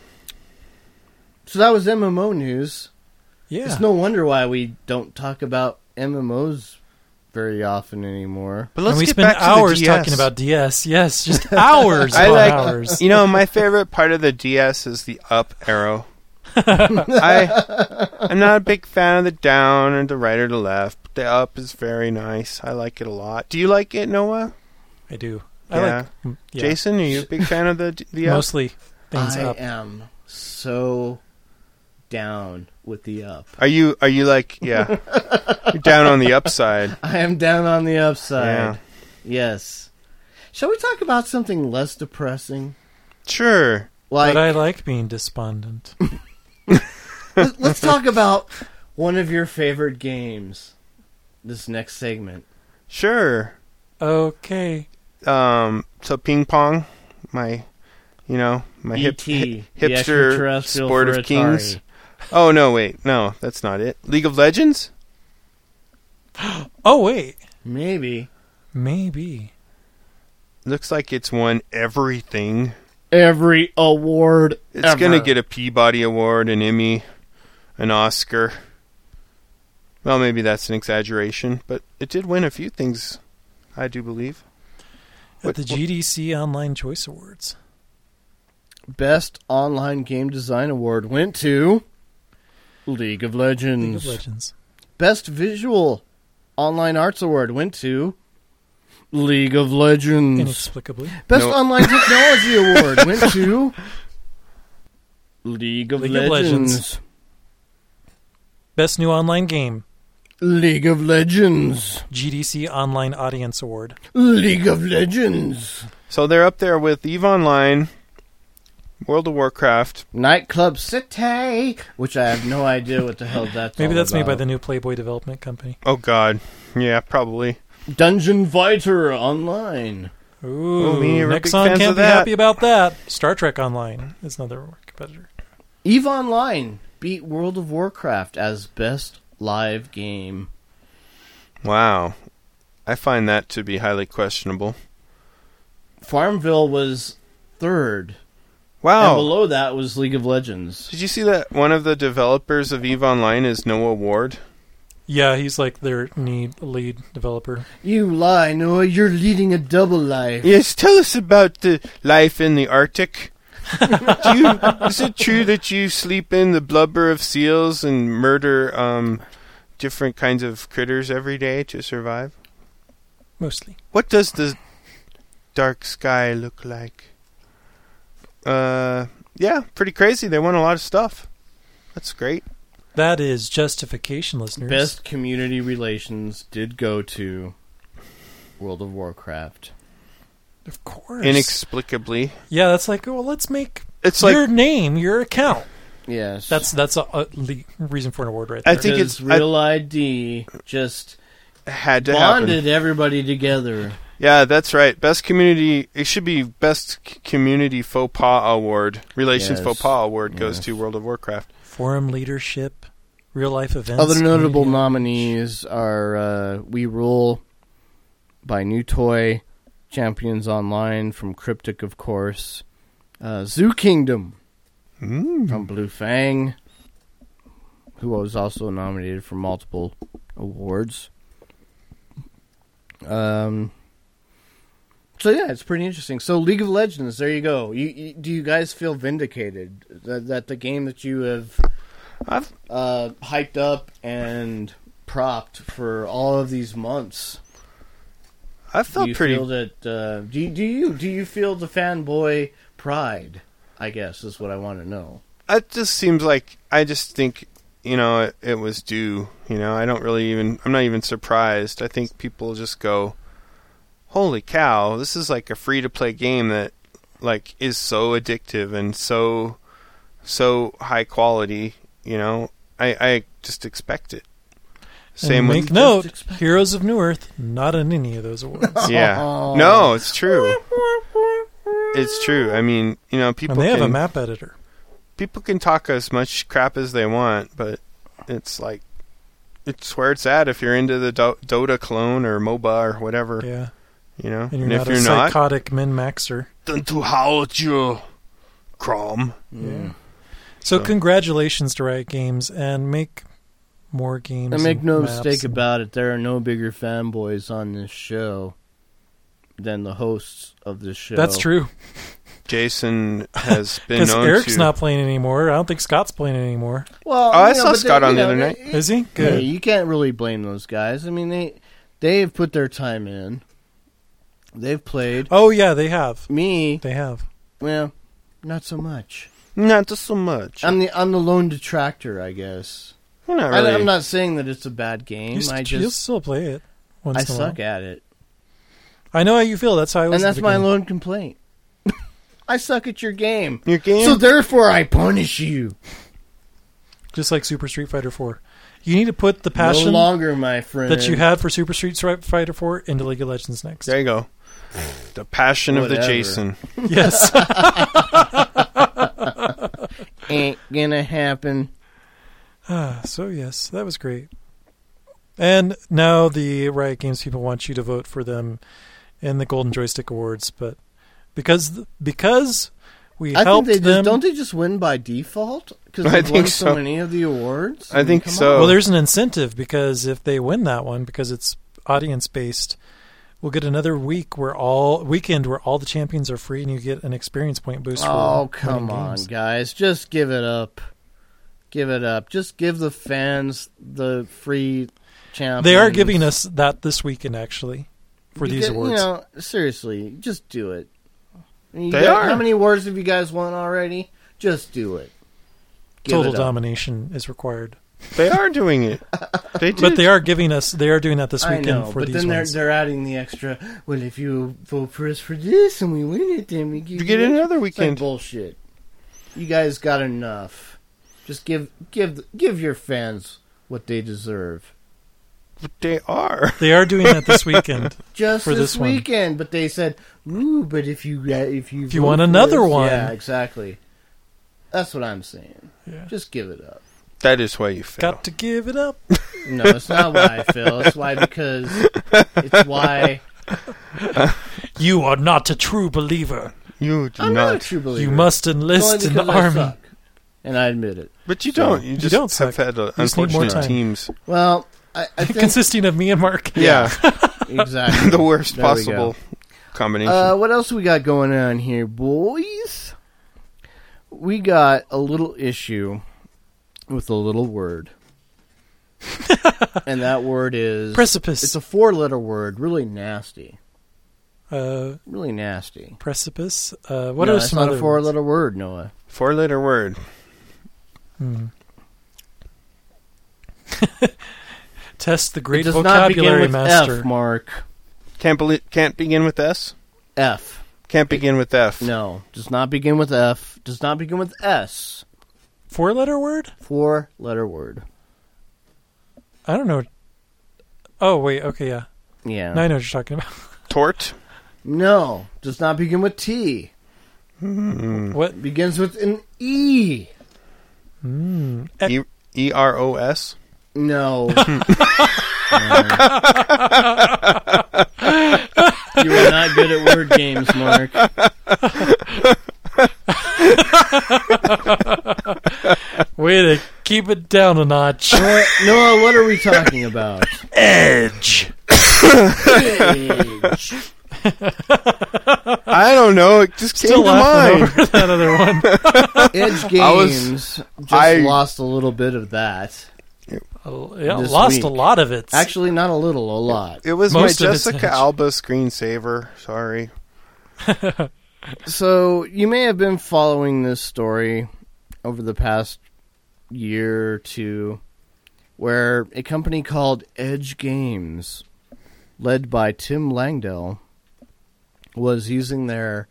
Speaker 3: So that was MMO news.
Speaker 2: Yeah.
Speaker 3: It's no wonder why we don't talk about MMOs very often anymore.
Speaker 4: But let's
Speaker 2: and we
Speaker 4: get
Speaker 2: spend
Speaker 4: back
Speaker 2: hours
Speaker 4: to the DS.
Speaker 2: talking about DS. Yes, just hours
Speaker 4: I
Speaker 2: upon
Speaker 4: like
Speaker 2: hours.
Speaker 4: you know my favorite part of the DS is the up arrow. I I'm not a big fan of the down and the right or the left. But the up is very nice. I like it a lot. Do you like it, Noah?
Speaker 2: I do.
Speaker 4: Yeah.
Speaker 2: I like mm, yeah,
Speaker 4: Jason, are you a big fan of the the up?
Speaker 2: mostly things
Speaker 3: I
Speaker 2: up.
Speaker 3: am so down with the up.
Speaker 4: Are you are you like yeah? You're down on the upside.
Speaker 3: I am down on the upside.
Speaker 4: Yeah.
Speaker 3: Yes. Shall we talk about something less depressing?
Speaker 4: Sure.
Speaker 3: Like
Speaker 2: but I like being despondent.
Speaker 3: let- let's talk about one of your favorite games. This next segment.
Speaker 4: Sure.
Speaker 2: Okay.
Speaker 4: Um so ping pong, my you know, my hip,
Speaker 3: E.T.,
Speaker 4: hip
Speaker 3: E
Speaker 4: hipster
Speaker 3: the extraterrestrial
Speaker 4: sport
Speaker 3: for
Speaker 4: of kings.
Speaker 3: Atari.
Speaker 4: Oh no, wait. No, that's not it. League of Legends?
Speaker 2: Oh wait,
Speaker 3: Maybe
Speaker 2: maybe.
Speaker 4: Looks like it's won everything.
Speaker 3: every award.
Speaker 4: It's gonna get a Peabody Award, an Emmy, an Oscar. Well, maybe that's an exaggeration, but it did win a few things, I do believe.
Speaker 2: At
Speaker 4: What-
Speaker 2: the
Speaker 4: what-
Speaker 2: GDC Online Choice Awards.
Speaker 3: best online game design award went to League of Legends.
Speaker 4: Mm.
Speaker 2: League of Legends.
Speaker 3: Best visual online arts award went to League of
Speaker 4: Mm.
Speaker 3: Legends.
Speaker 2: Inexplicably.
Speaker 3: Best
Speaker 4: No.
Speaker 3: Online Technology Award went to League of
Speaker 2: League of
Speaker 3: Legends.
Speaker 2: Legends. Best new online game.
Speaker 3: League of Legends.
Speaker 2: GDC Online Audience Award.
Speaker 3: League of Legends.
Speaker 4: So they're up there with EVE Online, World of Warcraft.
Speaker 3: Nightclub City, which I have no idea what the hell that's.
Speaker 2: Maybe
Speaker 3: all
Speaker 2: that's made by
Speaker 3: about.
Speaker 2: the new Playboy development company.
Speaker 4: Oh God, yeah, probably.
Speaker 3: Dungeon Fighter Online.
Speaker 2: Ooh,
Speaker 4: Oh, me and Rick big
Speaker 2: Nexon
Speaker 4: fans
Speaker 2: can't
Speaker 4: of
Speaker 2: be
Speaker 4: that.
Speaker 2: happy about that. Star Trek Online is another competitor.
Speaker 3: Eve Online beat World of Warcraft as best live game.
Speaker 4: Wow, I find that to be highly questionable.
Speaker 3: Farmville was third, and
Speaker 4: Wow,
Speaker 3: below that was League of Legends.
Speaker 4: did you see that one of the developers of EVE Online is Noah Ward?
Speaker 2: Yeah, he's like their need lead developer.
Speaker 3: You lie, Noah. You're leading a double life.
Speaker 4: Yes, tell us about the life in the Arctic. Do you, is it true that you sleep in the blubber of seals and murder um, different kinds of critters every day to survive?
Speaker 2: Mostly.
Speaker 4: What does the dark sky look like? Uh, yeah, pretty crazy. They won a lot of stuff. That's great.
Speaker 2: That is justification, listeners.
Speaker 3: Best community relations did go to World of Warcraft.
Speaker 2: Of course.
Speaker 4: Inexplicably,
Speaker 2: yeah, that's like, well, let's make
Speaker 4: it's
Speaker 2: your
Speaker 4: like
Speaker 2: name your account.
Speaker 3: Yes.
Speaker 2: That's that's a, a le- reason for an award right there.
Speaker 4: I think
Speaker 3: because
Speaker 4: it's- I-
Speaker 3: real ID just
Speaker 4: had to happen.
Speaker 3: bonded everybody together.
Speaker 4: Yeah, that's right. Best community. It should be best c- community faux pas award. Relations
Speaker 3: Yes.
Speaker 4: faux pas award goes
Speaker 3: Yes.
Speaker 4: to World of Warcraft.
Speaker 2: Forum leadership, real life events.
Speaker 3: Other notable
Speaker 2: media.
Speaker 3: nominees are uh, We Rule by New Toy, Champions Online from Cryptic, of course, uh, Zoo Kingdom from Blue Fang, who was also nominated for multiple awards. Um. So yeah, it's pretty interesting. So League of Legends, there you go. You, you, do you guys feel vindicated that, that the game that you have
Speaker 4: I've,
Speaker 3: uh, hyped up and propped for all of these months.
Speaker 4: I
Speaker 3: Do
Speaker 4: felt
Speaker 3: you
Speaker 4: pretty.
Speaker 3: feel that? Uh, do you, do you do you feel the fanboy pride? I guess is what I want to know.
Speaker 4: It just seems like I just think you know it, it was due. You know, I don't really even. I'm not even surprised. I think people just go, "Holy cow! This is like a free to play game that like is so addictive and so so high quality." You know, I I just expect it.
Speaker 2: And
Speaker 4: Same with
Speaker 2: make note, Heroes of New Earth, not in any of those awards.
Speaker 4: Yeah. No, it's true. It's true. I mean, you know, people
Speaker 2: and they have a
Speaker 4: can
Speaker 2: map editor.
Speaker 4: people can talk as much crap as they want, but it's like it's where it's at. If you're into the Do- Dota clone or MOBA or whatever,
Speaker 2: Yeah.
Speaker 4: you know,
Speaker 2: And you're
Speaker 4: if
Speaker 2: not
Speaker 4: you're
Speaker 2: a
Speaker 4: not,
Speaker 2: psychotic min maxer.
Speaker 4: then to howl at you, Crom.
Speaker 2: So,
Speaker 4: So-
Speaker 2: congratulations to Riot Games and make more games.
Speaker 3: And make no
Speaker 2: maps.
Speaker 3: mistake about it, there are no bigger fanboys on this show than the hosts of this show.
Speaker 2: That's true.
Speaker 4: Jason has been
Speaker 2: Because
Speaker 4: known
Speaker 2: Eric's
Speaker 4: to.
Speaker 2: not playing anymore. I don't think Scott's playing anymore.
Speaker 3: Well,
Speaker 4: Oh, I
Speaker 3: you
Speaker 4: saw
Speaker 3: but they-
Speaker 4: Scott
Speaker 3: you
Speaker 4: on the
Speaker 3: know,
Speaker 4: other
Speaker 3: they-
Speaker 4: night.
Speaker 2: Is he?
Speaker 3: Yeah,
Speaker 2: Good.
Speaker 3: you can't really blame those guys. I mean, they they've put their time in. They've played.
Speaker 2: Oh, yeah, they have.
Speaker 3: Me,
Speaker 2: They have.
Speaker 3: well, not so much.
Speaker 4: Not just so much.
Speaker 3: I'm the I'm the lone detractor, I guess.
Speaker 4: You're not
Speaker 3: I,
Speaker 4: really.
Speaker 3: am not saying that it's a bad game.
Speaker 2: You st-
Speaker 3: I
Speaker 2: you'll
Speaker 3: just
Speaker 2: still play it. Once
Speaker 3: I
Speaker 2: in a while.
Speaker 3: suck at it,
Speaker 2: I know how you feel. That's how I was.
Speaker 3: and that's
Speaker 2: at the
Speaker 3: my
Speaker 2: beginning.
Speaker 3: lone complaint. I suck at your game,
Speaker 4: Your game.
Speaker 3: so therefore I punish you.
Speaker 2: Just like Super Street Fighter Four, you need to put the passion
Speaker 3: No longer, my friend.
Speaker 2: that you had for Super Street Fighter Four into League of Legends next.
Speaker 4: there you go. The passion of the
Speaker 3: Whatever.
Speaker 4: Jason.
Speaker 2: yes,
Speaker 3: ain't gonna happen.
Speaker 2: Ah, so yes, that was great. And now the Riot Games people want you to vote for them in the Golden Joystick Awards, but because because we
Speaker 3: I think
Speaker 2: helped
Speaker 3: they just
Speaker 2: them,
Speaker 3: don't they just win by default because
Speaker 4: I
Speaker 3: they
Speaker 4: think
Speaker 3: won so.
Speaker 4: so.
Speaker 3: many of the awards.
Speaker 4: I think
Speaker 3: Come
Speaker 4: so.
Speaker 2: well, there's an incentive because if they win that one, because it's audience based, we'll get another week where all weekend where all the champions are free, and you get an experience point boost.
Speaker 3: on.
Speaker 2: for
Speaker 3: Oh
Speaker 2: winning
Speaker 3: come on,
Speaker 2: games.
Speaker 3: guys! Just give it up. Give it up. Just give the fans the free champions.
Speaker 2: They are giving us that this weekend actually for
Speaker 3: You
Speaker 2: these
Speaker 3: get-
Speaker 2: awards.
Speaker 3: You know, seriously, just do it. You
Speaker 4: They
Speaker 3: got-
Speaker 4: are.
Speaker 3: How many awards have you guys won already? Just do it. Give
Speaker 2: Total
Speaker 3: it up.
Speaker 2: domination is required.
Speaker 4: They are doing it. They did.
Speaker 2: But they are giving us. They are doing that this
Speaker 3: I
Speaker 2: weekend
Speaker 3: know,
Speaker 2: for
Speaker 3: but
Speaker 2: these
Speaker 3: then they're
Speaker 2: ones.
Speaker 3: they're adding the extra. Well, if you vote for us for this and we win it, then we give
Speaker 4: You get
Speaker 3: extra."
Speaker 4: another
Speaker 3: It's like
Speaker 4: weekend.
Speaker 3: bullshit. You guys got enough. Just give give give your fans what they deserve.
Speaker 4: But they are.
Speaker 2: They are doing that this weekend.
Speaker 3: Just
Speaker 2: For
Speaker 3: this,
Speaker 2: this one.
Speaker 3: weekend, but they said, "Ooh, but if you get- if you
Speaker 2: If you
Speaker 3: vote
Speaker 2: want
Speaker 3: for
Speaker 2: another
Speaker 3: us-"
Speaker 2: one.
Speaker 3: yeah, exactly." That's what I'm saying.
Speaker 2: Yeah.
Speaker 3: Just give it up.
Speaker 4: That is why you fail.
Speaker 2: Got to give it up.
Speaker 3: No, it's not why I feel. It's why because it's why
Speaker 2: You are not a true believer.
Speaker 4: you do
Speaker 3: I'm not, a
Speaker 4: not.
Speaker 3: true believer.
Speaker 2: You must
Speaker 3: It's only
Speaker 2: enlist in the
Speaker 3: because I
Speaker 2: army.
Speaker 3: suck, and I admit it.
Speaker 4: But you don't. You just
Speaker 2: don't
Speaker 4: have
Speaker 2: suck.
Speaker 4: had uh,
Speaker 2: just need more
Speaker 4: unfortunate
Speaker 2: time.
Speaker 4: teams.
Speaker 3: Well, I, I think
Speaker 2: Consisting of me and Mark.
Speaker 4: Yeah,
Speaker 3: exactly
Speaker 4: the worst
Speaker 3: There we go.
Speaker 4: possible combination.
Speaker 3: Uh, what else we got going on here, boys? We got a little issue with a little word, and that word is It's
Speaker 2: Precipice.
Speaker 3: a four-letter word, really nasty,
Speaker 2: uh,
Speaker 3: really nasty.
Speaker 2: precipice. Uh, what
Speaker 3: no,
Speaker 2: are
Speaker 3: that's
Speaker 2: some
Speaker 3: not
Speaker 2: other
Speaker 3: a four
Speaker 2: words?
Speaker 3: letter word, Noah.
Speaker 4: Four-letter word.
Speaker 2: Test the
Speaker 3: It
Speaker 2: great
Speaker 3: does not begin
Speaker 2: vocabulary
Speaker 3: with
Speaker 2: master.
Speaker 3: F, Mark.
Speaker 4: Can't believe. Can't begin with S.
Speaker 3: F.
Speaker 4: Can't begin with F.
Speaker 3: No, does not begin with F. Does not begin with S.
Speaker 2: Four letter word?
Speaker 3: Four letter word.
Speaker 2: I don't know. Oh wait, okay, yeah.
Speaker 3: Yeah.
Speaker 2: Now I know what you're talking about.
Speaker 4: Tort.
Speaker 3: No, does not begin with T. Hmm.
Speaker 2: What?
Speaker 3: Begins with an E.
Speaker 2: Ec-
Speaker 4: E E R O S.
Speaker 3: No. you are not good at word games, Mark.
Speaker 2: Way to keep it down a notch.
Speaker 3: Noah, what are we talking about?
Speaker 2: Edge.
Speaker 3: Age.
Speaker 4: I don't know. It just
Speaker 2: Still
Speaker 4: came to
Speaker 2: laughing
Speaker 4: mind.
Speaker 2: over that other one.
Speaker 3: Edge
Speaker 4: I was-
Speaker 3: games just
Speaker 4: I-
Speaker 3: lost a little bit of that.
Speaker 2: Uh, yeah,
Speaker 3: This
Speaker 2: lost
Speaker 3: week.
Speaker 2: a lot of it.
Speaker 3: Actually, not a little, a lot.
Speaker 4: It was
Speaker 2: Most
Speaker 4: my
Speaker 2: of it's
Speaker 4: Jessica
Speaker 2: Edge.
Speaker 4: Alba screensaver. Sorry.
Speaker 3: So, you may have been following this story over the past year or two, where a company called Edge Games, led by Tim Langdell, was using their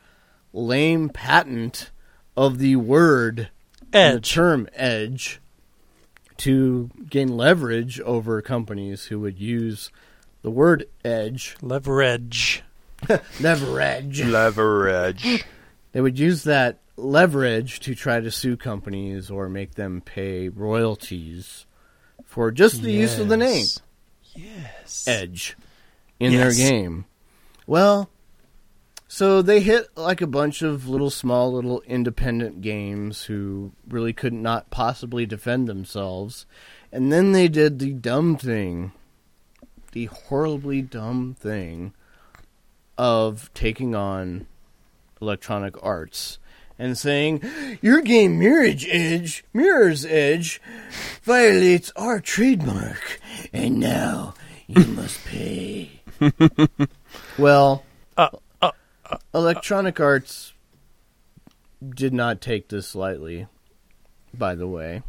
Speaker 3: lame patent of the word and the
Speaker 2: Edge.
Speaker 3: term edge to gain leverage over companies who would use the word edge,
Speaker 2: Leverage.
Speaker 3: leverage.
Speaker 4: Leverage.
Speaker 3: They would use that leverage to try to sue companies or make them pay royalties for just the use of the name
Speaker 2: Yes. Yes.
Speaker 3: edge in
Speaker 2: Yes.
Speaker 3: their game. Well, so they hit like a bunch of little small little independent games who really could not possibly defend themselves. And then they did the dumb thing, the horribly dumb thing of taking on Electronic Arts and saying, "Your game Mirror's Edge, Mirror's Edge violates our trademark, and now you must pay." well, Electronic Arts did not take this lightly. By the way,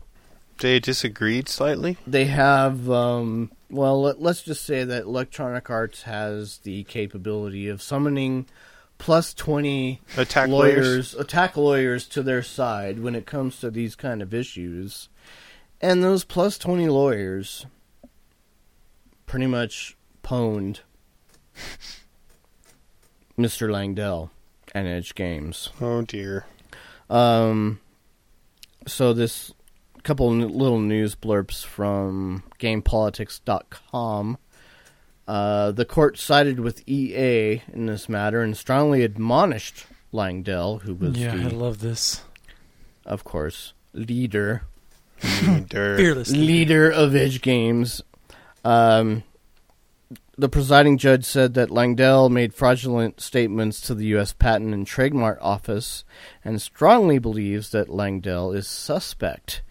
Speaker 4: They disagreed slightly.
Speaker 3: they have um, well let, let's just say that electronic arts has the capability of summoning plus 20
Speaker 4: Attack lawyers.
Speaker 3: lawyers attack lawyers to their side when it comes to these kind of issues and those plus 20 lawyers pretty much pwned mr langdell and edge games
Speaker 4: Oh dear.
Speaker 3: um, so this couple n- little news blurbs from GamePolitics.com. Uh, the court sided with EA in this matter and strongly admonished Langdell, who was,
Speaker 2: Yeah, I
Speaker 3: the,
Speaker 2: love this.
Speaker 3: of course, leader
Speaker 4: Dirt.
Speaker 2: Fearless.
Speaker 3: leader of Edge Games. Um, the presiding judge said that Langdell made fraudulent statements to the U.S. Patent and Trademark Office and strongly believes that Langdell is suspect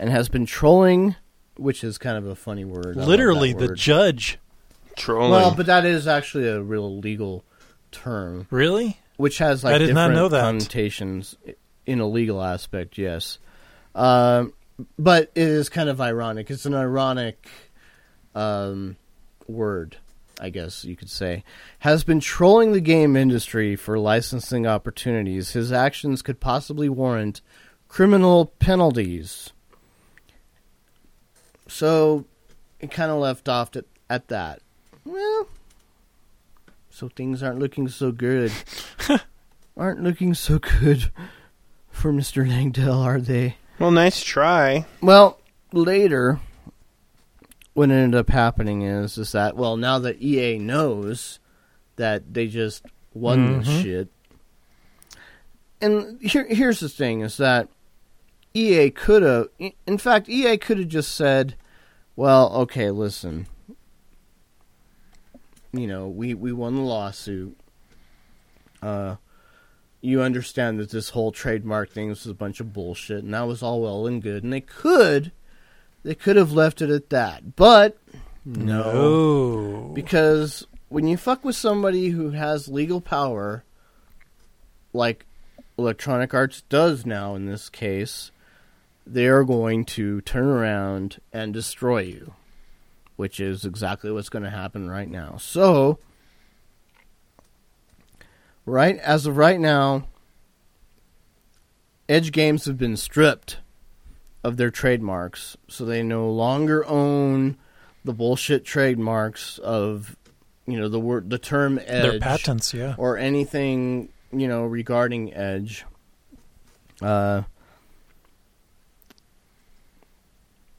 Speaker 3: and has been trolling, which is kind of a funny word. I love
Speaker 2: Literally,
Speaker 3: that
Speaker 2: the
Speaker 3: word.
Speaker 2: judge.
Speaker 4: Trolling.
Speaker 3: Well, but that is actually a real legal term,
Speaker 2: Really?
Speaker 3: which has like
Speaker 2: I did not
Speaker 3: different
Speaker 2: know that.
Speaker 3: connotations in a legal aspect, yes. Um, but it is kind of ironic. It's an ironic um, word, I guess you could say, has been trolling the game industry for licensing opportunities. His actions could possibly warrant criminal penalties. So it kind of left off at, at that. Well, so things aren't looking so good. aren't looking so good for Mr. Langdell, are they?
Speaker 4: well, nice try.
Speaker 3: Well, later, what ended up happening is is that well, now that EA knows that they just won this shit, and here here's the thing is that EA could have, in fact, EA could have just said, "Well, okay, listen." You know, we, we won the lawsuit. Uh, you understand that this whole trademark thing was a bunch of bullshit, and that was all well and good. And they could, they could have left it at that, but no,
Speaker 2: Oh.
Speaker 3: because when you fuck with somebody who has legal power, like Electronic Arts does now in this case, they are going to turn around and destroy you, which is exactly what's going to happen right now. So, right as of right now, Edge Games have been stripped of their trademarks, so they no longer own the bullshit trademarks of you know the word the term edge
Speaker 2: Their patents, yeah.
Speaker 3: or anything you know regarding Edge. Uh,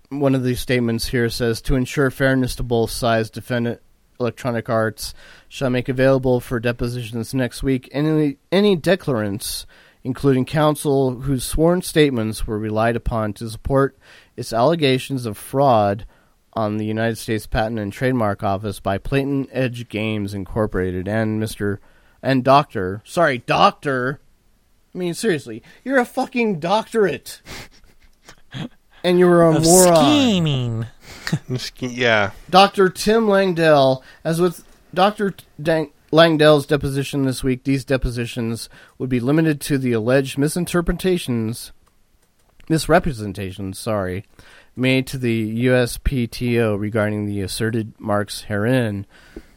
Speaker 3: one of the statements here says to ensure fairness to both sides, defendant Electronic Arts shall make available for depositions next week any any declarants, including counsel whose sworn statements were relied upon to support its allegations of fraud on the United States Patent and Trademark Office by Platon Edge Games Incorporated and Mr. and Doctor. Sorry, Doctor. I mean, seriously, you're a fucking doctorate, and you were a
Speaker 2: Of
Speaker 3: moron.
Speaker 2: scheming.
Speaker 4: Yeah.
Speaker 3: Dr. Tim Langdell, as with Dr. Dang- Langdell's deposition this week, these depositions would be limited to the alleged misinterpretations, misrepresentations, sorry, made to the USPTO regarding the asserted marks herein.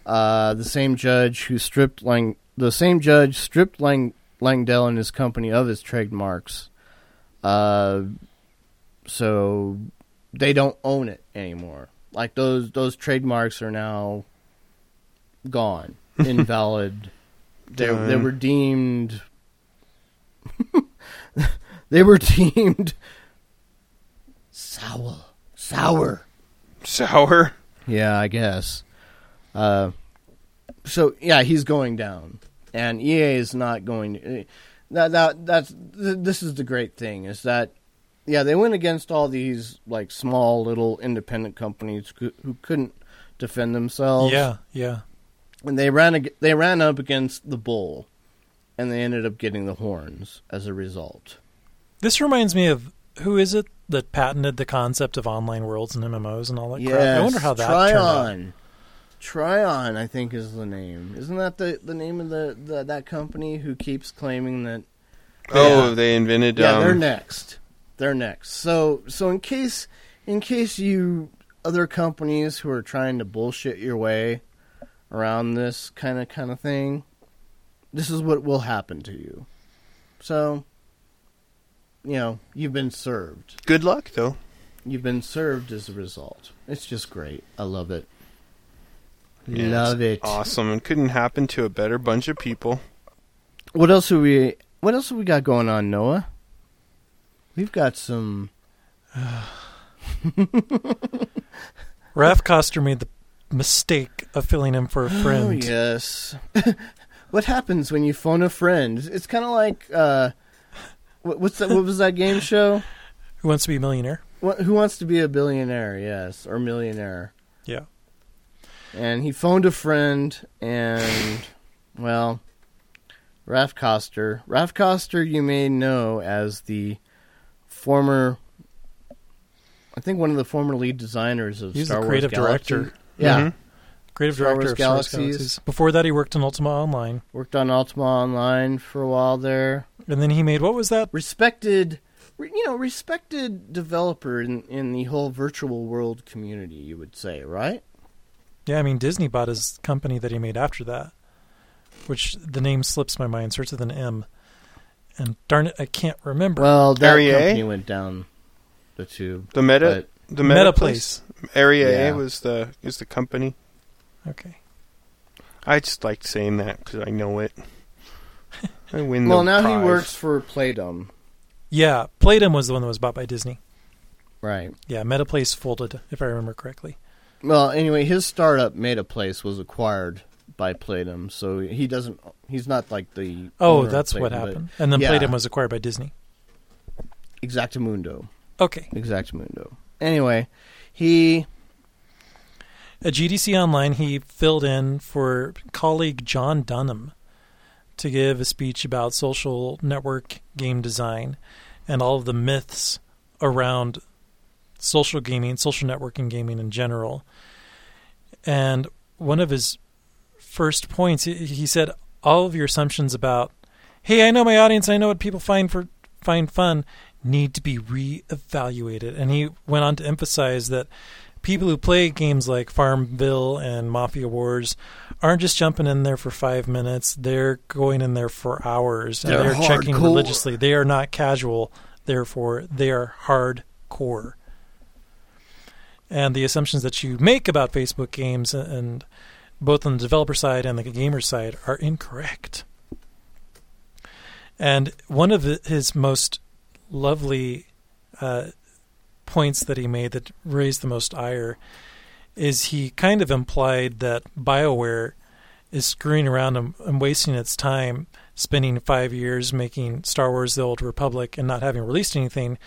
Speaker 3: Uh, the same judge who stripped Lang, the same judge stripped Lang- Langdell and his company of his trademarks. Uh, so they don't own it anymore. Like those those trademarks are now gone, invalid. they they
Speaker 4: Done.
Speaker 3: were deemed they were deemed sour. Sour.
Speaker 4: Sour.
Speaker 3: Yeah, I guess. Uh, so yeah, he's going down, and EA is not going. To, eh, that that that's th- this is the great thing is that yeah they went against all these like small little independent companies who, who couldn't defend themselves.
Speaker 2: Yeah, yeah.
Speaker 3: and they ran ag- they ran up against the bull, and they ended up getting the horns as a result.
Speaker 2: This reminds me of who is it that patented the concept of online worlds and MMOs and all that Oh, crap? I
Speaker 3: Yes,
Speaker 2: wonder how that
Speaker 3: Try
Speaker 2: turned out.
Speaker 3: on. Try on, I think is the name. Isn't that the, the name of the, the that company who keeps claiming that
Speaker 4: Oh, they invented.
Speaker 3: Yeah,
Speaker 4: um,
Speaker 3: they're next. They're next. So so in case in case you other companies who are trying to bullshit your way around this kind of kind of thing, this is what will happen to you. So you know, you've been served.
Speaker 4: Good luck though.
Speaker 3: You've been served as a result. It's just great. I love it.
Speaker 4: Yeah,
Speaker 3: love it.
Speaker 4: it's Awesome, and couldn't happen to a better bunch of people.
Speaker 3: What else have we what else have we got going on, Noah? We've got some
Speaker 2: Ralph Coster made the mistake of filling in for a
Speaker 3: Oh
Speaker 2: friend.
Speaker 3: yes. what happens when you phone a friend? It's kind of like uh, what, what's that? What was that game show?
Speaker 2: Who wants to be a millionaire?
Speaker 3: What, who wants to be a billionaire? Yes, or millionaire.
Speaker 2: Yeah.
Speaker 3: And he phoned a friend, and well, Raf Coster. Raf Coster, you may know as the former. I think one of the former lead designers of
Speaker 2: He's
Speaker 3: Star
Speaker 2: the
Speaker 3: Wars
Speaker 2: creative
Speaker 3: Galaxy.
Speaker 2: director. Mm-hmm.
Speaker 3: Yeah,
Speaker 4: Mhm.
Speaker 2: Creative
Speaker 3: Star
Speaker 2: director
Speaker 3: Wars
Speaker 2: of Star Wars
Speaker 3: Galaxies.
Speaker 2: Galaxies. Before that, he worked on Ultima Online,
Speaker 3: worked on Ultima Online for a while there.
Speaker 2: and then he made what was that?
Speaker 3: respected re- you know respected developer in, in the whole virtual world community you would say right
Speaker 2: Yeah, I mean Disney bought his company that he made after that, which the name slips my mind, starts with an M, and darn it, I can't remember.
Speaker 3: well that
Speaker 4: Area A?
Speaker 3: company went down the tube
Speaker 4: The meta,
Speaker 3: but
Speaker 4: the meta,
Speaker 2: Meta
Speaker 4: place. Area
Speaker 3: Yeah.
Speaker 4: A was the is the company.
Speaker 2: okay,
Speaker 4: I just liked saying that because I know it. I win.
Speaker 3: well
Speaker 4: the
Speaker 3: now
Speaker 4: prize.
Speaker 3: he works for playdom
Speaker 2: yeah, Playdom was the one that was bought by Disney.
Speaker 3: right
Speaker 2: Yeah, MetaPlace folded, if I remember correctly.
Speaker 3: well anyway his startup meta place was acquired by playdom so he doesn't he's not like the
Speaker 2: Oh,
Speaker 3: owner of
Speaker 2: that's what
Speaker 3: Playdom, but
Speaker 2: happened. And then
Speaker 3: yeah.
Speaker 2: Playdom was acquired by Disney.
Speaker 3: exactamundo
Speaker 2: Okay.
Speaker 3: exactamundo anyway he
Speaker 2: At GDC Online, he filled in for colleague John Dunham to give a speech about social network game design and all of the myths around social gaming, social networking gaming in general. And one of his first points, he- he said, all of your assumptions about, hey, I know my audience, I know what people find for find fun, need to be reevaluated. And he went on to emphasize that people who play games like Farmville and Mafia Wars aren't just jumping in there for five minutes. They're going in there for hours. And
Speaker 3: They're
Speaker 2: they're checking
Speaker 3: hardcore.
Speaker 2: religiously. They are not casual. Therefore, they are hardcore. And the assumptions that you make about Facebook games and both on the developer side and the gamer side are incorrect. And one of the- his most lovely uh, points that he made that raised the most ire is he kind of implied that BioWare is screwing around and, and wasting its time spending five years making Star Wars The Old Republic and not having released anything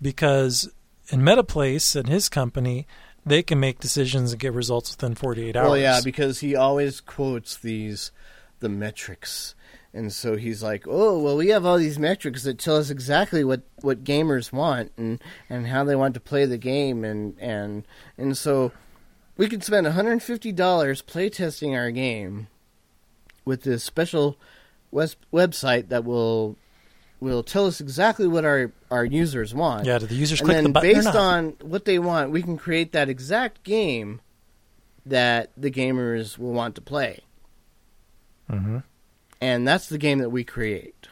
Speaker 2: because in MetaPlace and his company, they can make decisions and get results within 48 hours.
Speaker 3: Well, yeah, because he always quotes these the metrics, and so he's like, "Oh, well, we have all these metrics that tell us exactly what, what gamers want and, and how they want to play the game, and and and so we could spend one hundred and fifty dollars playtesting our game with this special wes- website that will will tell us exactly what our our users want."
Speaker 2: Yeah, do the users
Speaker 3: and
Speaker 2: click
Speaker 3: then
Speaker 2: the button or
Speaker 3: based
Speaker 2: not?
Speaker 3: on what they want, we can create that exact game that the gamers will want to play. Mm-hmm. And that's the game that we create.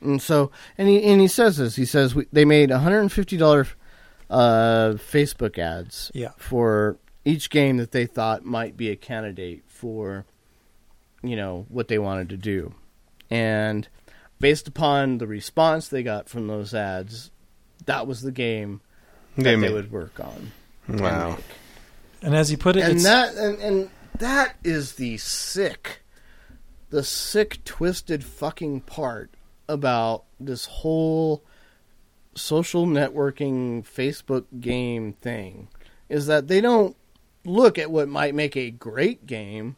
Speaker 3: And so, and he and he says this. He says we, they made 150 dollar uh, Facebook ads
Speaker 2: Yeah.
Speaker 3: for each game that they thought might be a candidate for, you know, what they wanted to do, and based upon the response they got from those ads, that was the game that
Speaker 4: They
Speaker 3: they,
Speaker 4: made-
Speaker 3: would work on. and
Speaker 4: Wow.
Speaker 3: make.
Speaker 2: and as he put it,
Speaker 3: And
Speaker 2: it's,
Speaker 3: that and, and that is the sick, the sick, twisted fucking part about this whole social networking Facebook game thing is that they don't look at what might make a great game.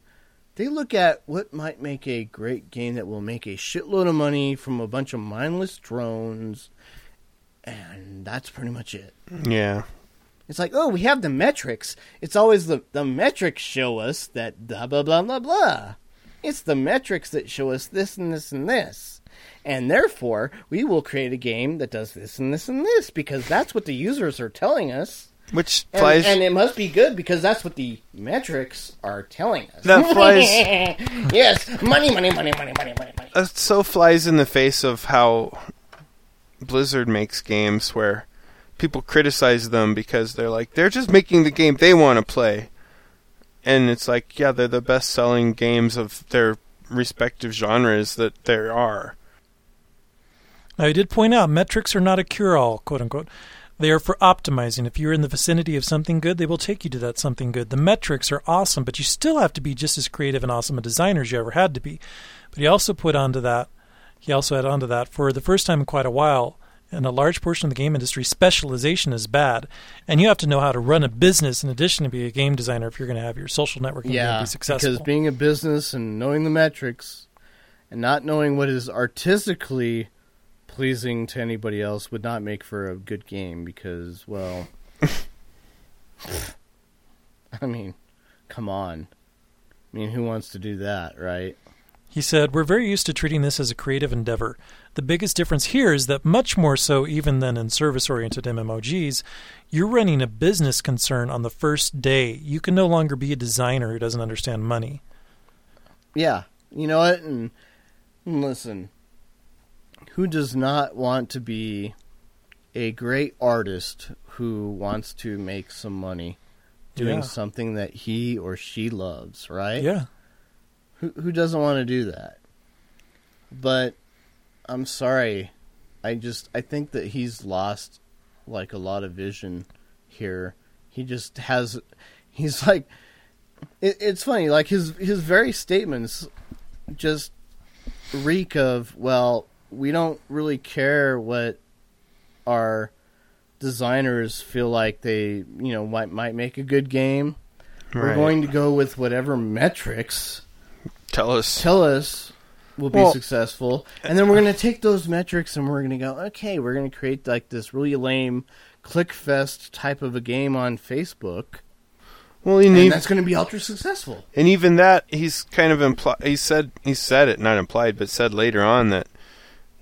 Speaker 3: They look at what might make a great game that will make a shitload of money from a bunch of mindless drones, and that's pretty much it.
Speaker 4: Yeah.
Speaker 3: It's like, oh, we have the metrics. It's always the the metrics show us that blah blah blah blah blah. It's the metrics that show us this and this and this. and therefore we will create a game that does this and this and this because that's what the users are telling us.
Speaker 4: Which
Speaker 3: And,
Speaker 4: flies
Speaker 3: and it must be good because that's what the metrics are telling us.
Speaker 4: that flies
Speaker 3: yes, money, money, money, money, money, money, money.
Speaker 4: it uh, so flies in the face of how Blizzard makes games where people criticize them because they're like they're just making the game they want to play. And it's like, yeah, they're the best selling games of their respective genres that there are.
Speaker 2: Now, he did point out metrics are not a cure all, quote unquote. They are for optimizing. If you're in the vicinity of something good, they will take you to that something good. The metrics are awesome, but you still have to be just as creative and awesome a designer as you ever had to be. But he also put onto that, he also had onto that, for the first time in quite a while, in a large portion of the game industry, specialization is bad. And you have to know how to run a business in addition to be a game designer if you're going to have your social networking
Speaker 3: Yeah,
Speaker 2: and be successful.
Speaker 3: because being a business and knowing the metrics and not knowing what is artistically pleasing to anybody else would not make for a good game because, well, I mean, come on. I mean, who wants to do that, right?
Speaker 2: He said, We're very used to treating this as a creative endeavor. The biggest difference here is that, much more so even than in service oriented MMOGs, you're running a business concern on the first day. You can no longer be a designer who doesn't understand money.
Speaker 3: Yeah, you know what? And, and listen, who does not want to be a great artist who wants to make some money doing
Speaker 2: Yeah.
Speaker 3: something that he or she loves, right?
Speaker 2: Yeah.
Speaker 3: Who who doesn't want to do that? But I'm sorry. I just I think that he's lost like a lot of vision here. He just has he's like it, it's funny like his his very statements just reek of well, we don't really care what our designers feel like they, you know, might might make a good game. We're
Speaker 4: Right.
Speaker 3: going to go with whatever metrics
Speaker 4: Tell us.
Speaker 3: tell us we'll be
Speaker 4: Well-
Speaker 3: successful and then we're going to take those metrics and we're going to go okay we're going to create like this really lame click fest type of a game on facebook
Speaker 4: Well, you
Speaker 3: and
Speaker 4: need
Speaker 3: that's going to be ultra successful
Speaker 4: and even that he's kind of implied he said he said it not implied but said later on that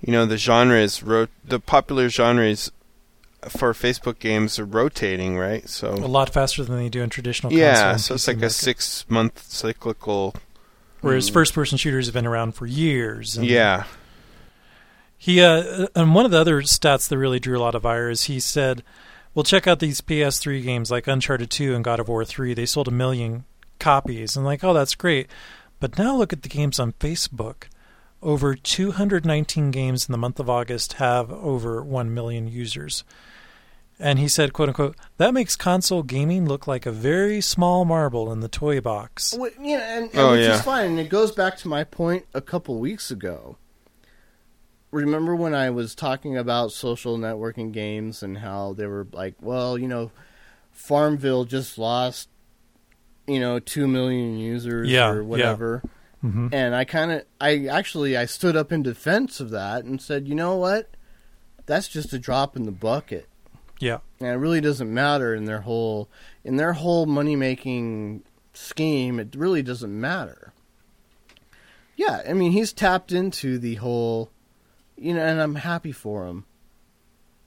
Speaker 4: you know the genres ro- the popular genres for facebook games are rotating right
Speaker 2: A
Speaker 4: so
Speaker 2: lot faster than they do in traditional console
Speaker 4: yeah
Speaker 2: and
Speaker 4: so it's
Speaker 2: PC
Speaker 4: like a
Speaker 2: market.
Speaker 4: 6 month cyclical
Speaker 2: Whereas first person shooters have been around for years. and-
Speaker 4: yeah
Speaker 2: He uh, and one of the other stats that really drew a lot of ire is he said, "Well, check out these PS3 games like Uncharted 2 and God of War 3. They sold a million copies, and like, oh, that's great. But now look at the games on Facebook. Over 219 games in the month of August have over 1 million users." And he said, "Quote unquote, that makes console gaming look like a very small marble in the toy box."
Speaker 3: Wh- you know, and, and
Speaker 4: Oh,
Speaker 3: which
Speaker 4: yeah.
Speaker 3: is fine. And it goes back to my point a couple weeks ago. Remember when I was talking about social networking games and how they were like, well, you know, Farmville just lost, you know, two million users
Speaker 2: Yeah, yeah.
Speaker 3: or whatever. And I kind of, I actually, I stood up in defense of that and said, you know what, that's just a drop in the bucket
Speaker 2: Yeah,
Speaker 3: and it really doesn't matter in their whole in their whole money making scheme it really doesn't matter yeah i mean he's tapped into the whole you know and i'm happy for him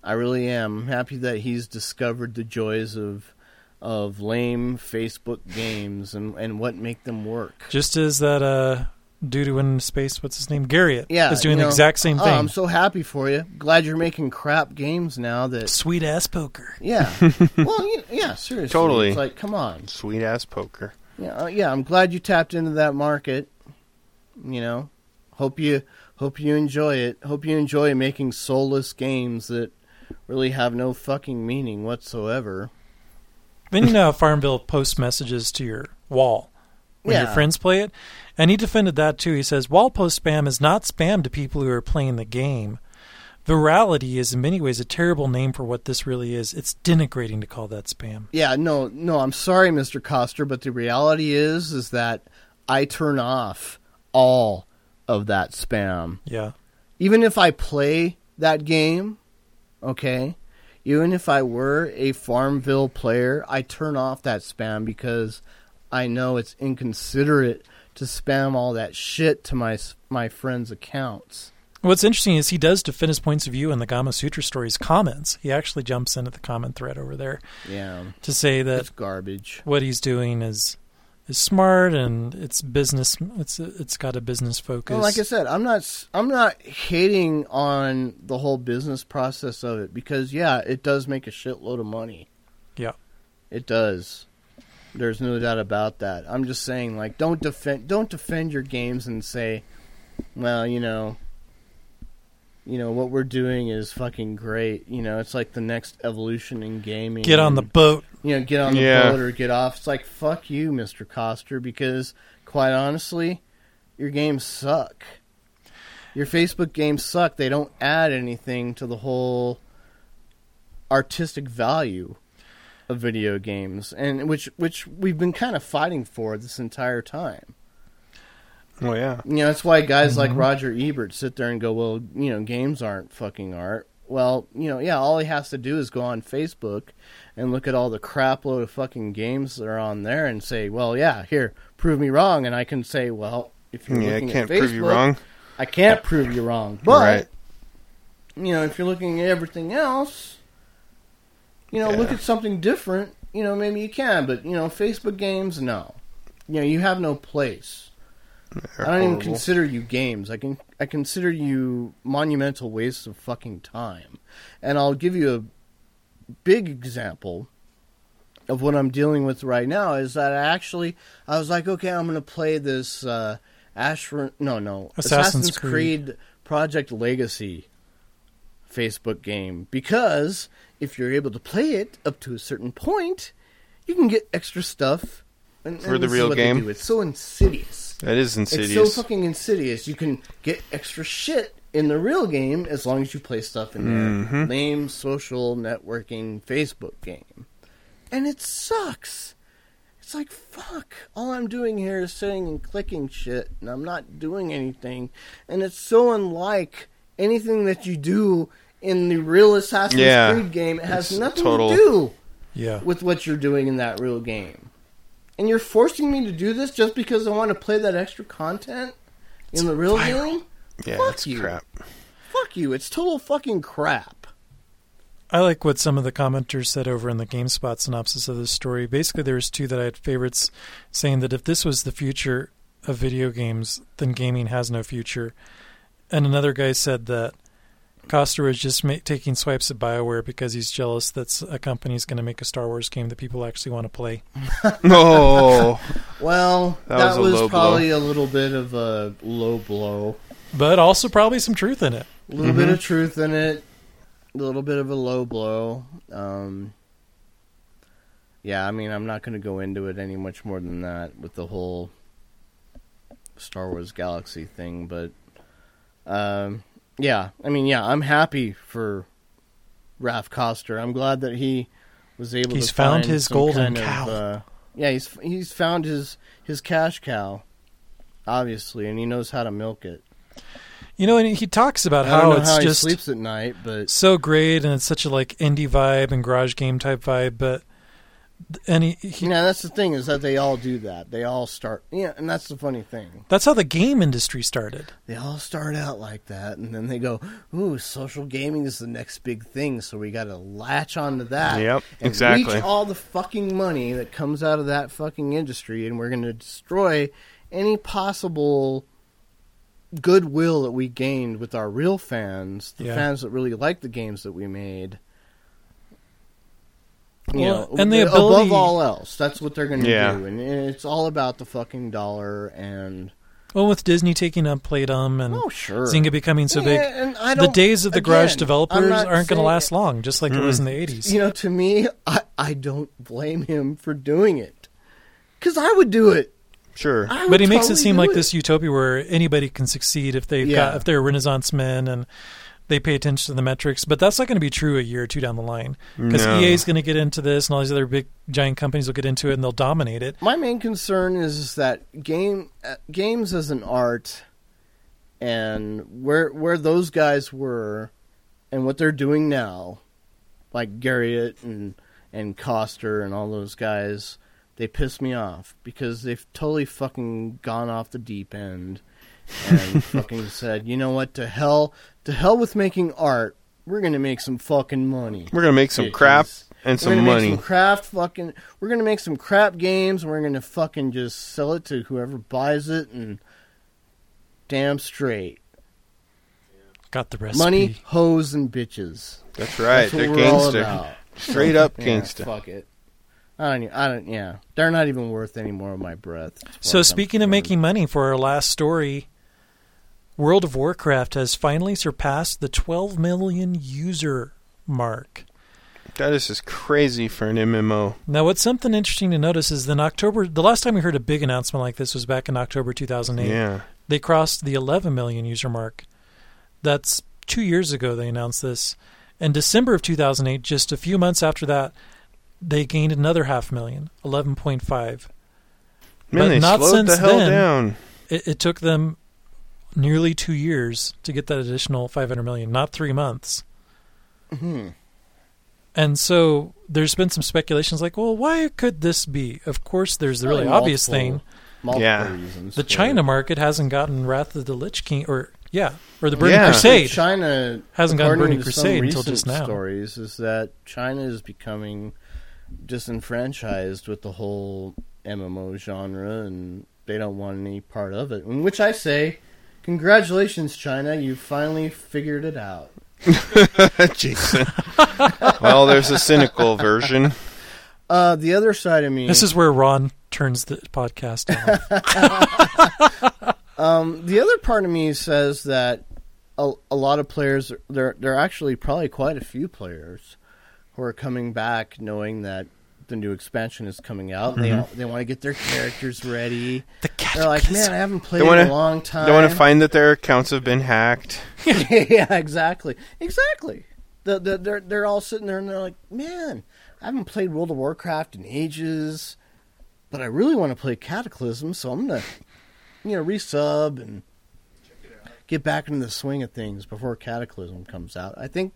Speaker 3: i really am i'm happy that he's discovered the joys of of lame facebook games and and what make them work
Speaker 2: just as that uh, dude who went into space, what's his name, Garriott,
Speaker 3: yeah
Speaker 2: is doing
Speaker 3: you
Speaker 2: the
Speaker 3: know,
Speaker 2: exact same
Speaker 3: oh,
Speaker 2: thing.
Speaker 3: i'm so happy for you glad you're making crap games now that
Speaker 2: Sweet ass poker.
Speaker 3: yeah well you, yeah seriously
Speaker 4: Totally.
Speaker 3: it's like come on
Speaker 4: sweet ass poker
Speaker 3: Yeah, uh, yeah. I'm glad you tapped into that market. You know, hope you hope you enjoy it. Hope you enjoy making soulless games that really have no fucking meaning whatsoever.
Speaker 2: Then you know how Farmville posts messages to your wall when your
Speaker 3: Yeah.
Speaker 2: friends play it. And he defended that too. He says wall post spam is not spam to people who are playing the game. Virality is in many ways a terrible name for what this really is. It's denigrating to call that spam.
Speaker 3: Yeah, no, no. I'm sorry, Mr. Coster, but the reality is is that I turn off all of that spam.
Speaker 2: Yeah.
Speaker 3: even if I play that game, okay, even if I were a Farmville player, I turn off that spam because I know it's inconsiderate to spam all that shit to my s- my friends' accounts.
Speaker 2: What's interesting is he does defend his points of view in the Gama Sutra stories comments. He actually jumps into the comment thread over there
Speaker 3: Yeah,
Speaker 2: to say that
Speaker 3: it's garbage.
Speaker 2: what he's doing is is smart and it's business. It's it's got a business focus.
Speaker 3: Well, like I said, I'm not s- I'm not hating on the whole business process of it because yeah, it does make a shitload of money.
Speaker 2: yeah,
Speaker 3: It does. There's no doubt about that. I'm just saying, like, don't defend, don't defend your games and say, well, you know, you know what we're doing is fucking great. You know, it's like the next evolution in gaming.
Speaker 2: get on the boat.
Speaker 3: you know, get on the
Speaker 4: Yeah.
Speaker 3: boat or get off. It's like fuck you, Mister Coster, because quite honestly, your games suck. Your Facebook games suck. They don't add anything to the whole artistic value of video games, and which which we've been kind of fighting for this entire time.
Speaker 4: Well, yeah.
Speaker 3: You know, that's why guys like Roger Ebert sit there and go, "Well, you know, games aren't fucking art." Well, you know, yeah, all he has to do is go on Facebook and look at all the crap load of fucking games that are on there and say, "Well, yeah, here, prove me wrong." And I can say, "Well, if you're
Speaker 4: Yeah, I
Speaker 3: looking
Speaker 4: can't
Speaker 3: at Facebook,
Speaker 4: prove you wrong.
Speaker 3: I can't prove you wrong." But
Speaker 4: Right.
Speaker 3: you know, if you're looking at everything else, you know, look
Speaker 4: Yeah.
Speaker 3: at something different. You know, maybe you can, but you know, Facebook games, no. You know, you have no place. I
Speaker 4: They're
Speaker 3: don't even
Speaker 4: horrible.
Speaker 3: consider you games. I can I consider you monumental wastes of fucking time. And I'll give you a big example of what I'm dealing with right now is that I actually I was like, okay, I'm gonna play this uh Ashra- no no
Speaker 2: Assassin's
Speaker 3: Creed. Project Legacy Facebook game because if you're able to play it up to a certain point, you can get extra stuff and, and
Speaker 4: For the
Speaker 3: this is
Speaker 4: real
Speaker 3: what they
Speaker 4: game?
Speaker 3: do. It's so insidious.
Speaker 4: That is insidious.
Speaker 3: It's so fucking insidious. You can get extra shit in the real game as long as you play stuff in
Speaker 4: Mm-hmm.
Speaker 3: their lame social networking Facebook game. And it sucks. It's like, fuck. All I'm doing here is sitting and clicking shit, and I'm not doing anything. And it's so unlike anything that you do in the real Assassin's
Speaker 4: Yeah.
Speaker 3: Creed game. It has
Speaker 4: It's
Speaker 3: nothing
Speaker 4: total-
Speaker 3: to do
Speaker 2: Yeah,
Speaker 3: with what you're doing in that real game. And you're forcing me to do this just because I want to play that extra content in the real game?
Speaker 4: yeah,
Speaker 3: fuck
Speaker 4: that's
Speaker 3: you.
Speaker 4: crap.
Speaker 3: Fuck you. It's total fucking crap.
Speaker 2: I like what some of the commenters said over in the GameSpot synopsis of this story. Basically, there was two that I had favorites saying that if this was the future of video games, then gaming has no future. And another guy said that Costa was just ma- taking swipes at BioWare because he's jealous that s- a company's going to make a Star Wars game that people actually want to play.
Speaker 4: No.
Speaker 3: Well, that,
Speaker 4: That was a
Speaker 3: was,
Speaker 4: low blow.
Speaker 3: probably a little bit of a low blow.
Speaker 2: But also probably some truth in it.
Speaker 3: A little bit
Speaker 2: Mm-hmm.
Speaker 3: of truth in it. A little bit of a low blow. Um, yeah, I mean, I'm not going to go into it any much more than that with the whole Star Wars Galaxy thing, but um, yeah, I mean, yeah, I'm happy for Raf Coster. I'm glad that he was able.
Speaker 2: He's
Speaker 3: to
Speaker 2: found
Speaker 3: find
Speaker 2: his
Speaker 3: some
Speaker 2: golden
Speaker 3: kind of,
Speaker 2: cow.
Speaker 3: uh, yeah, he's he's found his his cash cow, obviously, and he knows how to milk it.
Speaker 2: You know, and he talks about
Speaker 3: I don't
Speaker 2: how
Speaker 3: know
Speaker 2: it's
Speaker 3: how
Speaker 2: just
Speaker 3: he sleeps at night, but
Speaker 2: so great and it's such a like indie vibe and garage game type vibe, but and he, he
Speaker 3: you know that's the thing is that they all do that. They all start, yeah, and that's the funny thing.
Speaker 2: That's how the game industry started.
Speaker 3: They all start out like that, and then they go, "Ooh, social gaming is the next big thing, so we got to latch onto that."
Speaker 4: Yep,
Speaker 3: and
Speaker 4: exactly.
Speaker 3: Reach all the fucking money that comes out of that fucking industry, and we're going to destroy any possible goodwill that we gained with our real fans, the
Speaker 2: Yeah.
Speaker 3: fans that really like the games that we made. You
Speaker 2: Well,
Speaker 3: know,
Speaker 2: and the
Speaker 3: above
Speaker 2: ability-
Speaker 3: all else, that's what they're going to
Speaker 4: Yeah.
Speaker 3: do, and it's all about the fucking dollar and
Speaker 2: Well, with Disney taking up Playdom and
Speaker 3: oh sure,
Speaker 2: Zynga becoming so
Speaker 3: Yeah,
Speaker 2: big,
Speaker 3: and I
Speaker 2: the
Speaker 3: don't-
Speaker 2: days of the garage
Speaker 3: again, I'm
Speaker 2: developers aren't
Speaker 3: not
Speaker 2: going to
Speaker 3: saying-
Speaker 2: last long, just like it was in the 80s.
Speaker 3: You know, to me, I, I don't blame him for doing it. Because I would do it.
Speaker 4: Sure.
Speaker 3: I would
Speaker 2: but he makes it
Speaker 3: totally
Speaker 2: seem
Speaker 3: do
Speaker 2: like
Speaker 3: it.
Speaker 2: this utopia where anybody can succeed if they've
Speaker 3: Yeah.
Speaker 2: got if they're renaissance men and they pay attention to the metrics. But that's not going to be true a year or two down the line because
Speaker 4: No.
Speaker 2: EA is going to get into this and all these other big giant companies will get into it and they'll dominate it.
Speaker 3: My main concern is that game uh, games as an art and where where those guys were and what they're doing now, like Garriott and and Coster and all those guys, they piss me off because they've totally fucking gone off the deep end and fucking said, you know what? To hell, to hell with making art. We're gonna make some fucking money.
Speaker 4: We're gonna make some crap
Speaker 3: Bitches.
Speaker 4: and
Speaker 3: we're
Speaker 4: some
Speaker 3: gonna
Speaker 4: money.
Speaker 3: Make some craft fucking. We're gonna make some crap games. And we're gonna fucking just sell it to whoever buys it and damn straight
Speaker 2: Got the recipe.
Speaker 3: money, hoes, and bitches.
Speaker 4: That's right.
Speaker 3: That's what
Speaker 4: They're
Speaker 3: we're all
Speaker 4: gangster.
Speaker 3: about.
Speaker 4: Straight up
Speaker 3: Yeah,
Speaker 4: gangster.
Speaker 3: Fuck it. I don't. e, I don't. Yeah, they're not even worth any more of my breath. as far
Speaker 2: So
Speaker 3: as I'm
Speaker 2: speaking of
Speaker 3: concerned.
Speaker 2: making money for our last story, World of Warcraft has finally surpassed the 12 million user mark.
Speaker 4: That is just crazy for an MMO.
Speaker 2: Now, what's something interesting to notice is that in October, the last time we heard a big announcement like this was back in October 2008.
Speaker 4: Yeah.
Speaker 2: They crossed the 11 million user mark. That's two years ago they announced this. In December of 2008, just a few months after that, they gained another half million, 11.5. But
Speaker 4: Man, they
Speaker 2: not
Speaker 4: slowed the
Speaker 2: since
Speaker 4: hell
Speaker 2: then.
Speaker 4: down.
Speaker 2: it, it took them nearly two years to get that additional 500 million, not three months.
Speaker 3: Mm-hmm.
Speaker 2: And so there's been some speculations like, well, why could this be? Of course, there's the really
Speaker 3: Multiple-
Speaker 2: obvious thing.
Speaker 3: Multiple
Speaker 4: Yeah.
Speaker 3: reasons.
Speaker 2: The
Speaker 3: for
Speaker 2: China
Speaker 3: it.
Speaker 2: market hasn't gotten Wrath of the Lich King, or, yeah, or the Burning
Speaker 4: Yeah.
Speaker 2: Crusade.
Speaker 3: China
Speaker 2: Hasn't gotten
Speaker 3: according
Speaker 2: Burning
Speaker 3: to some
Speaker 2: Crusade until
Speaker 3: recent
Speaker 2: just now.
Speaker 3: Stories is that China is becoming disenfranchised with the whole MMO genre, and they don't want any part of it. In which I say, congratulations, China! You finally figured it out.
Speaker 4: Jason. well, there's a cynical version.
Speaker 3: Uh, the other side of me.
Speaker 2: This is where Ron turns the podcast off.
Speaker 3: Um, the other part of me says that a, a lot of players there there are actually probably quite a few players who are coming back knowing that the new expansion is coming out. and They all- they want to get their characters ready.
Speaker 2: Mm-hmm. the
Speaker 3: They're like, man,
Speaker 2: catechism.
Speaker 3: I haven't played
Speaker 4: They wanna-
Speaker 3: in a long time.
Speaker 4: They want to find that their accounts have been hacked.
Speaker 3: yeah, exactly, exactly. The, the, they're they're all sitting there and they're like, man, I haven't played World of Warcraft in ages, but I really want to play Cataclysm, so I'm gonna, you know, resub and get back into the swing of things before Cataclysm comes out. I think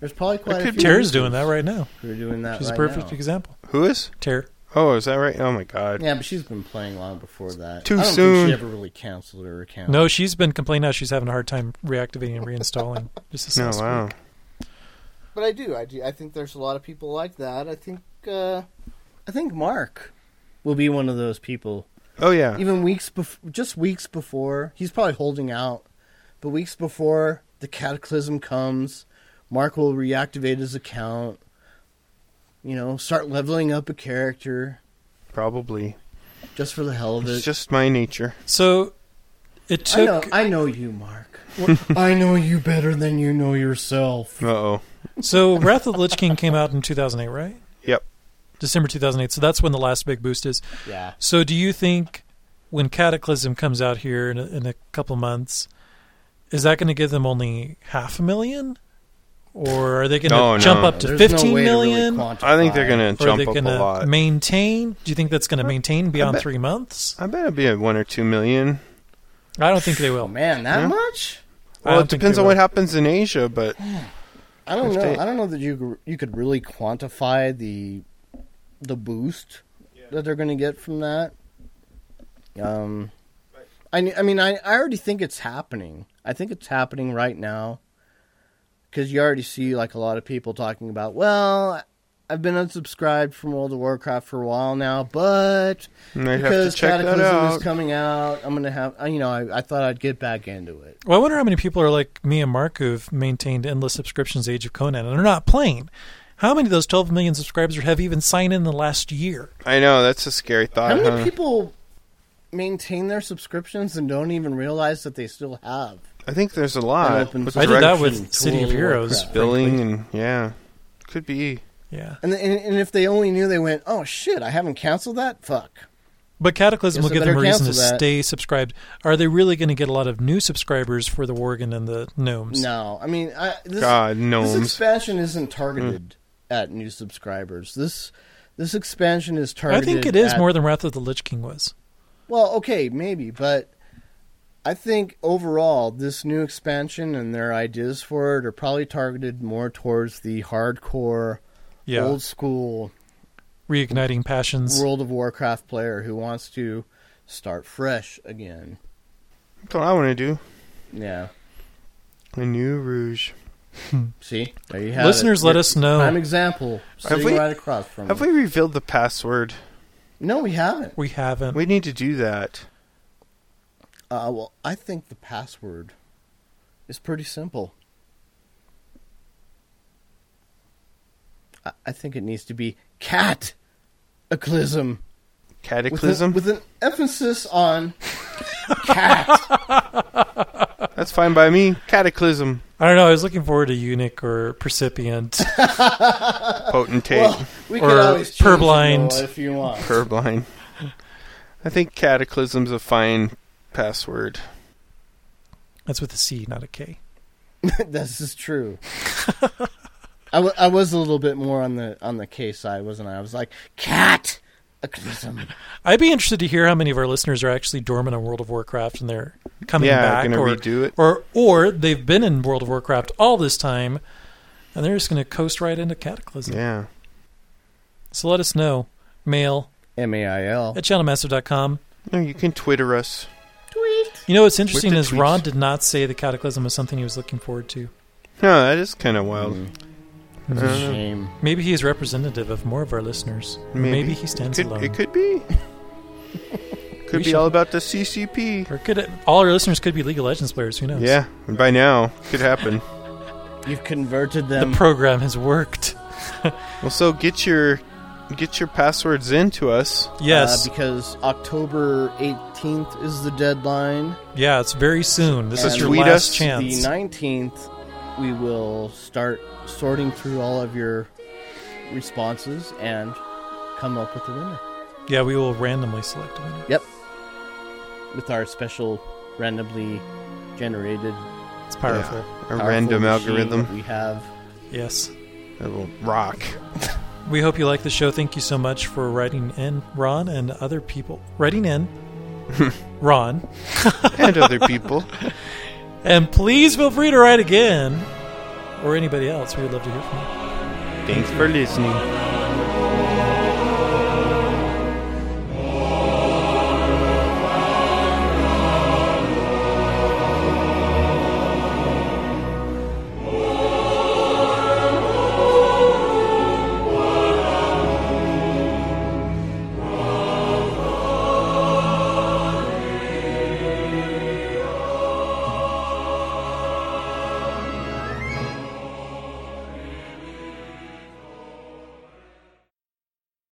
Speaker 3: there's probably quite a few
Speaker 2: Tara's doing that right now.
Speaker 3: Who are doing that?
Speaker 2: She's
Speaker 3: right
Speaker 2: a perfect
Speaker 3: now.
Speaker 2: example.
Speaker 4: Who is?
Speaker 2: Tara.
Speaker 4: Oh, is that right? Oh my God.
Speaker 3: Yeah, but she's been playing long before that.
Speaker 4: Too
Speaker 3: I don't
Speaker 4: soon.
Speaker 3: Think she ever really canceled her account.
Speaker 2: No, she's been complaining now. She's having a hard time reactivating and reinstalling. Just this
Speaker 3: Oh,
Speaker 4: No,
Speaker 2: last
Speaker 4: Oh, wow.
Speaker 2: week.
Speaker 3: But I do. I do. I think there's a lot of people like that. I think. Uh, I think Mark will be one of those people.
Speaker 4: Oh yeah.
Speaker 3: Even weeks before, just weeks before, he's probably holding out. But weeks before the cataclysm comes, Mark will reactivate his account. You know, start leveling up a character
Speaker 4: Probably.
Speaker 3: just for the hell of it.
Speaker 4: It's just my nature.
Speaker 2: So it
Speaker 3: I know.
Speaker 2: took.
Speaker 3: I know you, Mark. I know you better than you know yourself.
Speaker 4: Uh oh.
Speaker 2: So Wrath of the Lich King came out in 2008, right?
Speaker 4: Yep.
Speaker 2: December 2008. So that's when the last big boost is.
Speaker 3: Yeah.
Speaker 2: So do you think when Cataclysm comes out here in a, in a couple months, is that going to give them only half a million? Or are they going to
Speaker 4: No, no.
Speaker 2: jump up to
Speaker 3: There's no
Speaker 2: fifteen
Speaker 3: way to really
Speaker 2: million?
Speaker 4: I think they're
Speaker 3: quantify it.
Speaker 4: gonna
Speaker 2: or are
Speaker 4: jump
Speaker 2: they
Speaker 4: up
Speaker 2: going
Speaker 4: a
Speaker 2: to
Speaker 4: lot.
Speaker 2: maintain? Do you think that's going to maintain beyond
Speaker 4: bet-
Speaker 2: three months?
Speaker 4: I bet it'll be at one or two million.
Speaker 2: I don't think they
Speaker 3: Oh
Speaker 2: will.
Speaker 3: man, that
Speaker 4: Yeah.
Speaker 3: much?
Speaker 2: I
Speaker 4: Well,
Speaker 2: don't
Speaker 4: it
Speaker 2: think
Speaker 4: depends
Speaker 2: they
Speaker 4: on what
Speaker 2: will.
Speaker 4: happens in Asia, but
Speaker 3: I don't
Speaker 4: If
Speaker 3: know.
Speaker 4: they-
Speaker 3: I don't know that you you could really quantify the the boost that they're going to get from that. Um, I ne- I mean I, I already think it's happening. I think it's happening right now because you already see like a lot of people talking about. Well, I've been unsubscribed from World of Warcraft for a while now, but
Speaker 4: Might have to
Speaker 3: because
Speaker 4: check that
Speaker 3: Cataclysm
Speaker 4: out.
Speaker 3: is coming out, I'm gonna have. You know, I, I thought I'd get back into it.
Speaker 2: Well, I wonder how many people are like me and Mark who've maintained endless subscriptions to Age of Conan and are not playing. How many of those 12 million subscribers have even signed in the last year?
Speaker 4: I know that's a scary thought.
Speaker 3: How many
Speaker 2: Uh-huh.
Speaker 4: huh?
Speaker 3: people maintain their subscriptions and don't even realize that they still have?
Speaker 4: I think there's a
Speaker 3: an
Speaker 4: lot.
Speaker 3: open
Speaker 4: With
Speaker 2: I did
Speaker 4: direct
Speaker 2: that
Speaker 3: subscription
Speaker 2: Uh, with
Speaker 3: to
Speaker 2: City of
Speaker 3: World of
Speaker 2: Heroes.
Speaker 3: Warcraft?
Speaker 4: billing and yeah, could be.
Speaker 2: Yeah.
Speaker 3: And, and and if they only knew, they went, "Oh shit, I haven't canceled that. Fuck."
Speaker 2: But Cataclysm
Speaker 3: Guess
Speaker 2: will
Speaker 3: I
Speaker 2: give them a
Speaker 3: better
Speaker 2: reason to
Speaker 3: cancel that.
Speaker 2: stay subscribed. Are they really going to get a lot of new subscribers for the Worgen and the Gnomes?
Speaker 3: No, I mean, I, this,
Speaker 4: God,
Speaker 3: this
Speaker 4: gnomes.
Speaker 3: expansion isn't targeted
Speaker 2: Mm.
Speaker 3: at new subscribers. This this expansion is
Speaker 2: I
Speaker 3: targeted.
Speaker 2: think it is
Speaker 3: at-
Speaker 2: more than Wrath of the Lich King was.
Speaker 3: Well, okay, maybe, but I think overall, this new expansion and their ideas for it are probably targeted more towards the hardcore,
Speaker 2: Yeah.
Speaker 3: old school
Speaker 2: Reigniting passions.
Speaker 3: World of Warcraft player who wants to start fresh again.
Speaker 4: That's what I want to do.
Speaker 3: Yeah.
Speaker 4: A new Rouge.
Speaker 3: See, there you have it.
Speaker 2: Listeners, let
Speaker 3: Your
Speaker 2: us know.
Speaker 3: Prime example sitting
Speaker 4: we-
Speaker 3: right across from.
Speaker 4: Have
Speaker 3: me.
Speaker 4: we revealed the password?
Speaker 3: No, we haven't.
Speaker 2: We haven't.
Speaker 4: We need to do that.
Speaker 3: Uh, well, I think the password is pretty simple. I, I think it needs to be cat eclism with, a-
Speaker 4: Cataclysm.
Speaker 3: with an emphasis on cat.
Speaker 4: That's fine by me. Cataclysm.
Speaker 2: I don't know. I was looking forward to eunuch or percipient.
Speaker 4: Potentate.
Speaker 3: Well, we
Speaker 2: Or
Speaker 3: could always change
Speaker 2: purblind.
Speaker 3: the law if you want.
Speaker 4: Purblind. I think Cataclysm's a fine password.
Speaker 2: That's with a C, not a K.
Speaker 3: this is true. I, w- I was a little bit more on the on the K side, wasn't I? I was like cat eclism.
Speaker 2: I'd be interested to hear how many of our listeners are actually dormant on World of Warcraft and they're coming
Speaker 4: Yeah,
Speaker 2: back,
Speaker 4: gonna
Speaker 2: or
Speaker 4: redo it.
Speaker 2: or or they've been in World of Warcraft all this time, and they're just going to coast right into Cataclysm.
Speaker 4: Yeah.
Speaker 2: So let us know. Mail
Speaker 3: M A I L.
Speaker 2: at channelmaster.com.
Speaker 4: No, you can Twitter us.
Speaker 2: You know what's interesting
Speaker 4: the
Speaker 2: is Ron
Speaker 4: tweets.
Speaker 2: did not say the Cataclysm was something he was looking forward to.
Speaker 4: No, that is kind of wild.
Speaker 3: It's
Speaker 2: Mm-hmm.
Speaker 3: a shame.
Speaker 2: Maybe he is representative of more of our listeners. Or Maybe,
Speaker 4: Maybe.
Speaker 2: he stands
Speaker 4: Could,
Speaker 2: alone.
Speaker 4: it could be. could
Speaker 2: We
Speaker 4: be
Speaker 2: should-
Speaker 4: all about the CCP.
Speaker 2: Or could it, all our listeners could be League of Legends players? Who knows?
Speaker 4: Yeah, and by now, could happen.
Speaker 3: You've converted
Speaker 2: the
Speaker 3: them.
Speaker 2: program has worked.
Speaker 4: Well, so get your get your passwords in to us.
Speaker 2: Yes,
Speaker 3: Uh, because October 18th is the deadline.
Speaker 2: yeah, it's very soon. This is
Speaker 3: And
Speaker 2: your
Speaker 4: tweet
Speaker 2: last
Speaker 4: us the
Speaker 2: chance.
Speaker 3: The 19th, we will start sorting through all of your responses and come up with the winner.
Speaker 2: Yeah, we will randomly select a winner.
Speaker 3: Yep. With our special randomly generated
Speaker 2: It's powerful.
Speaker 4: A
Speaker 3: powerful
Speaker 4: random
Speaker 3: machine
Speaker 4: algorithm
Speaker 3: that we have.
Speaker 2: Yes.
Speaker 4: that will rock.
Speaker 2: We hope you like the show. Thank you so much for writing in, Ron, and other people. Writing in, Ron.
Speaker 4: and other people.
Speaker 2: And please feel free to write again or anybody else. We would love to hear from you.
Speaker 4: Thanks for listening.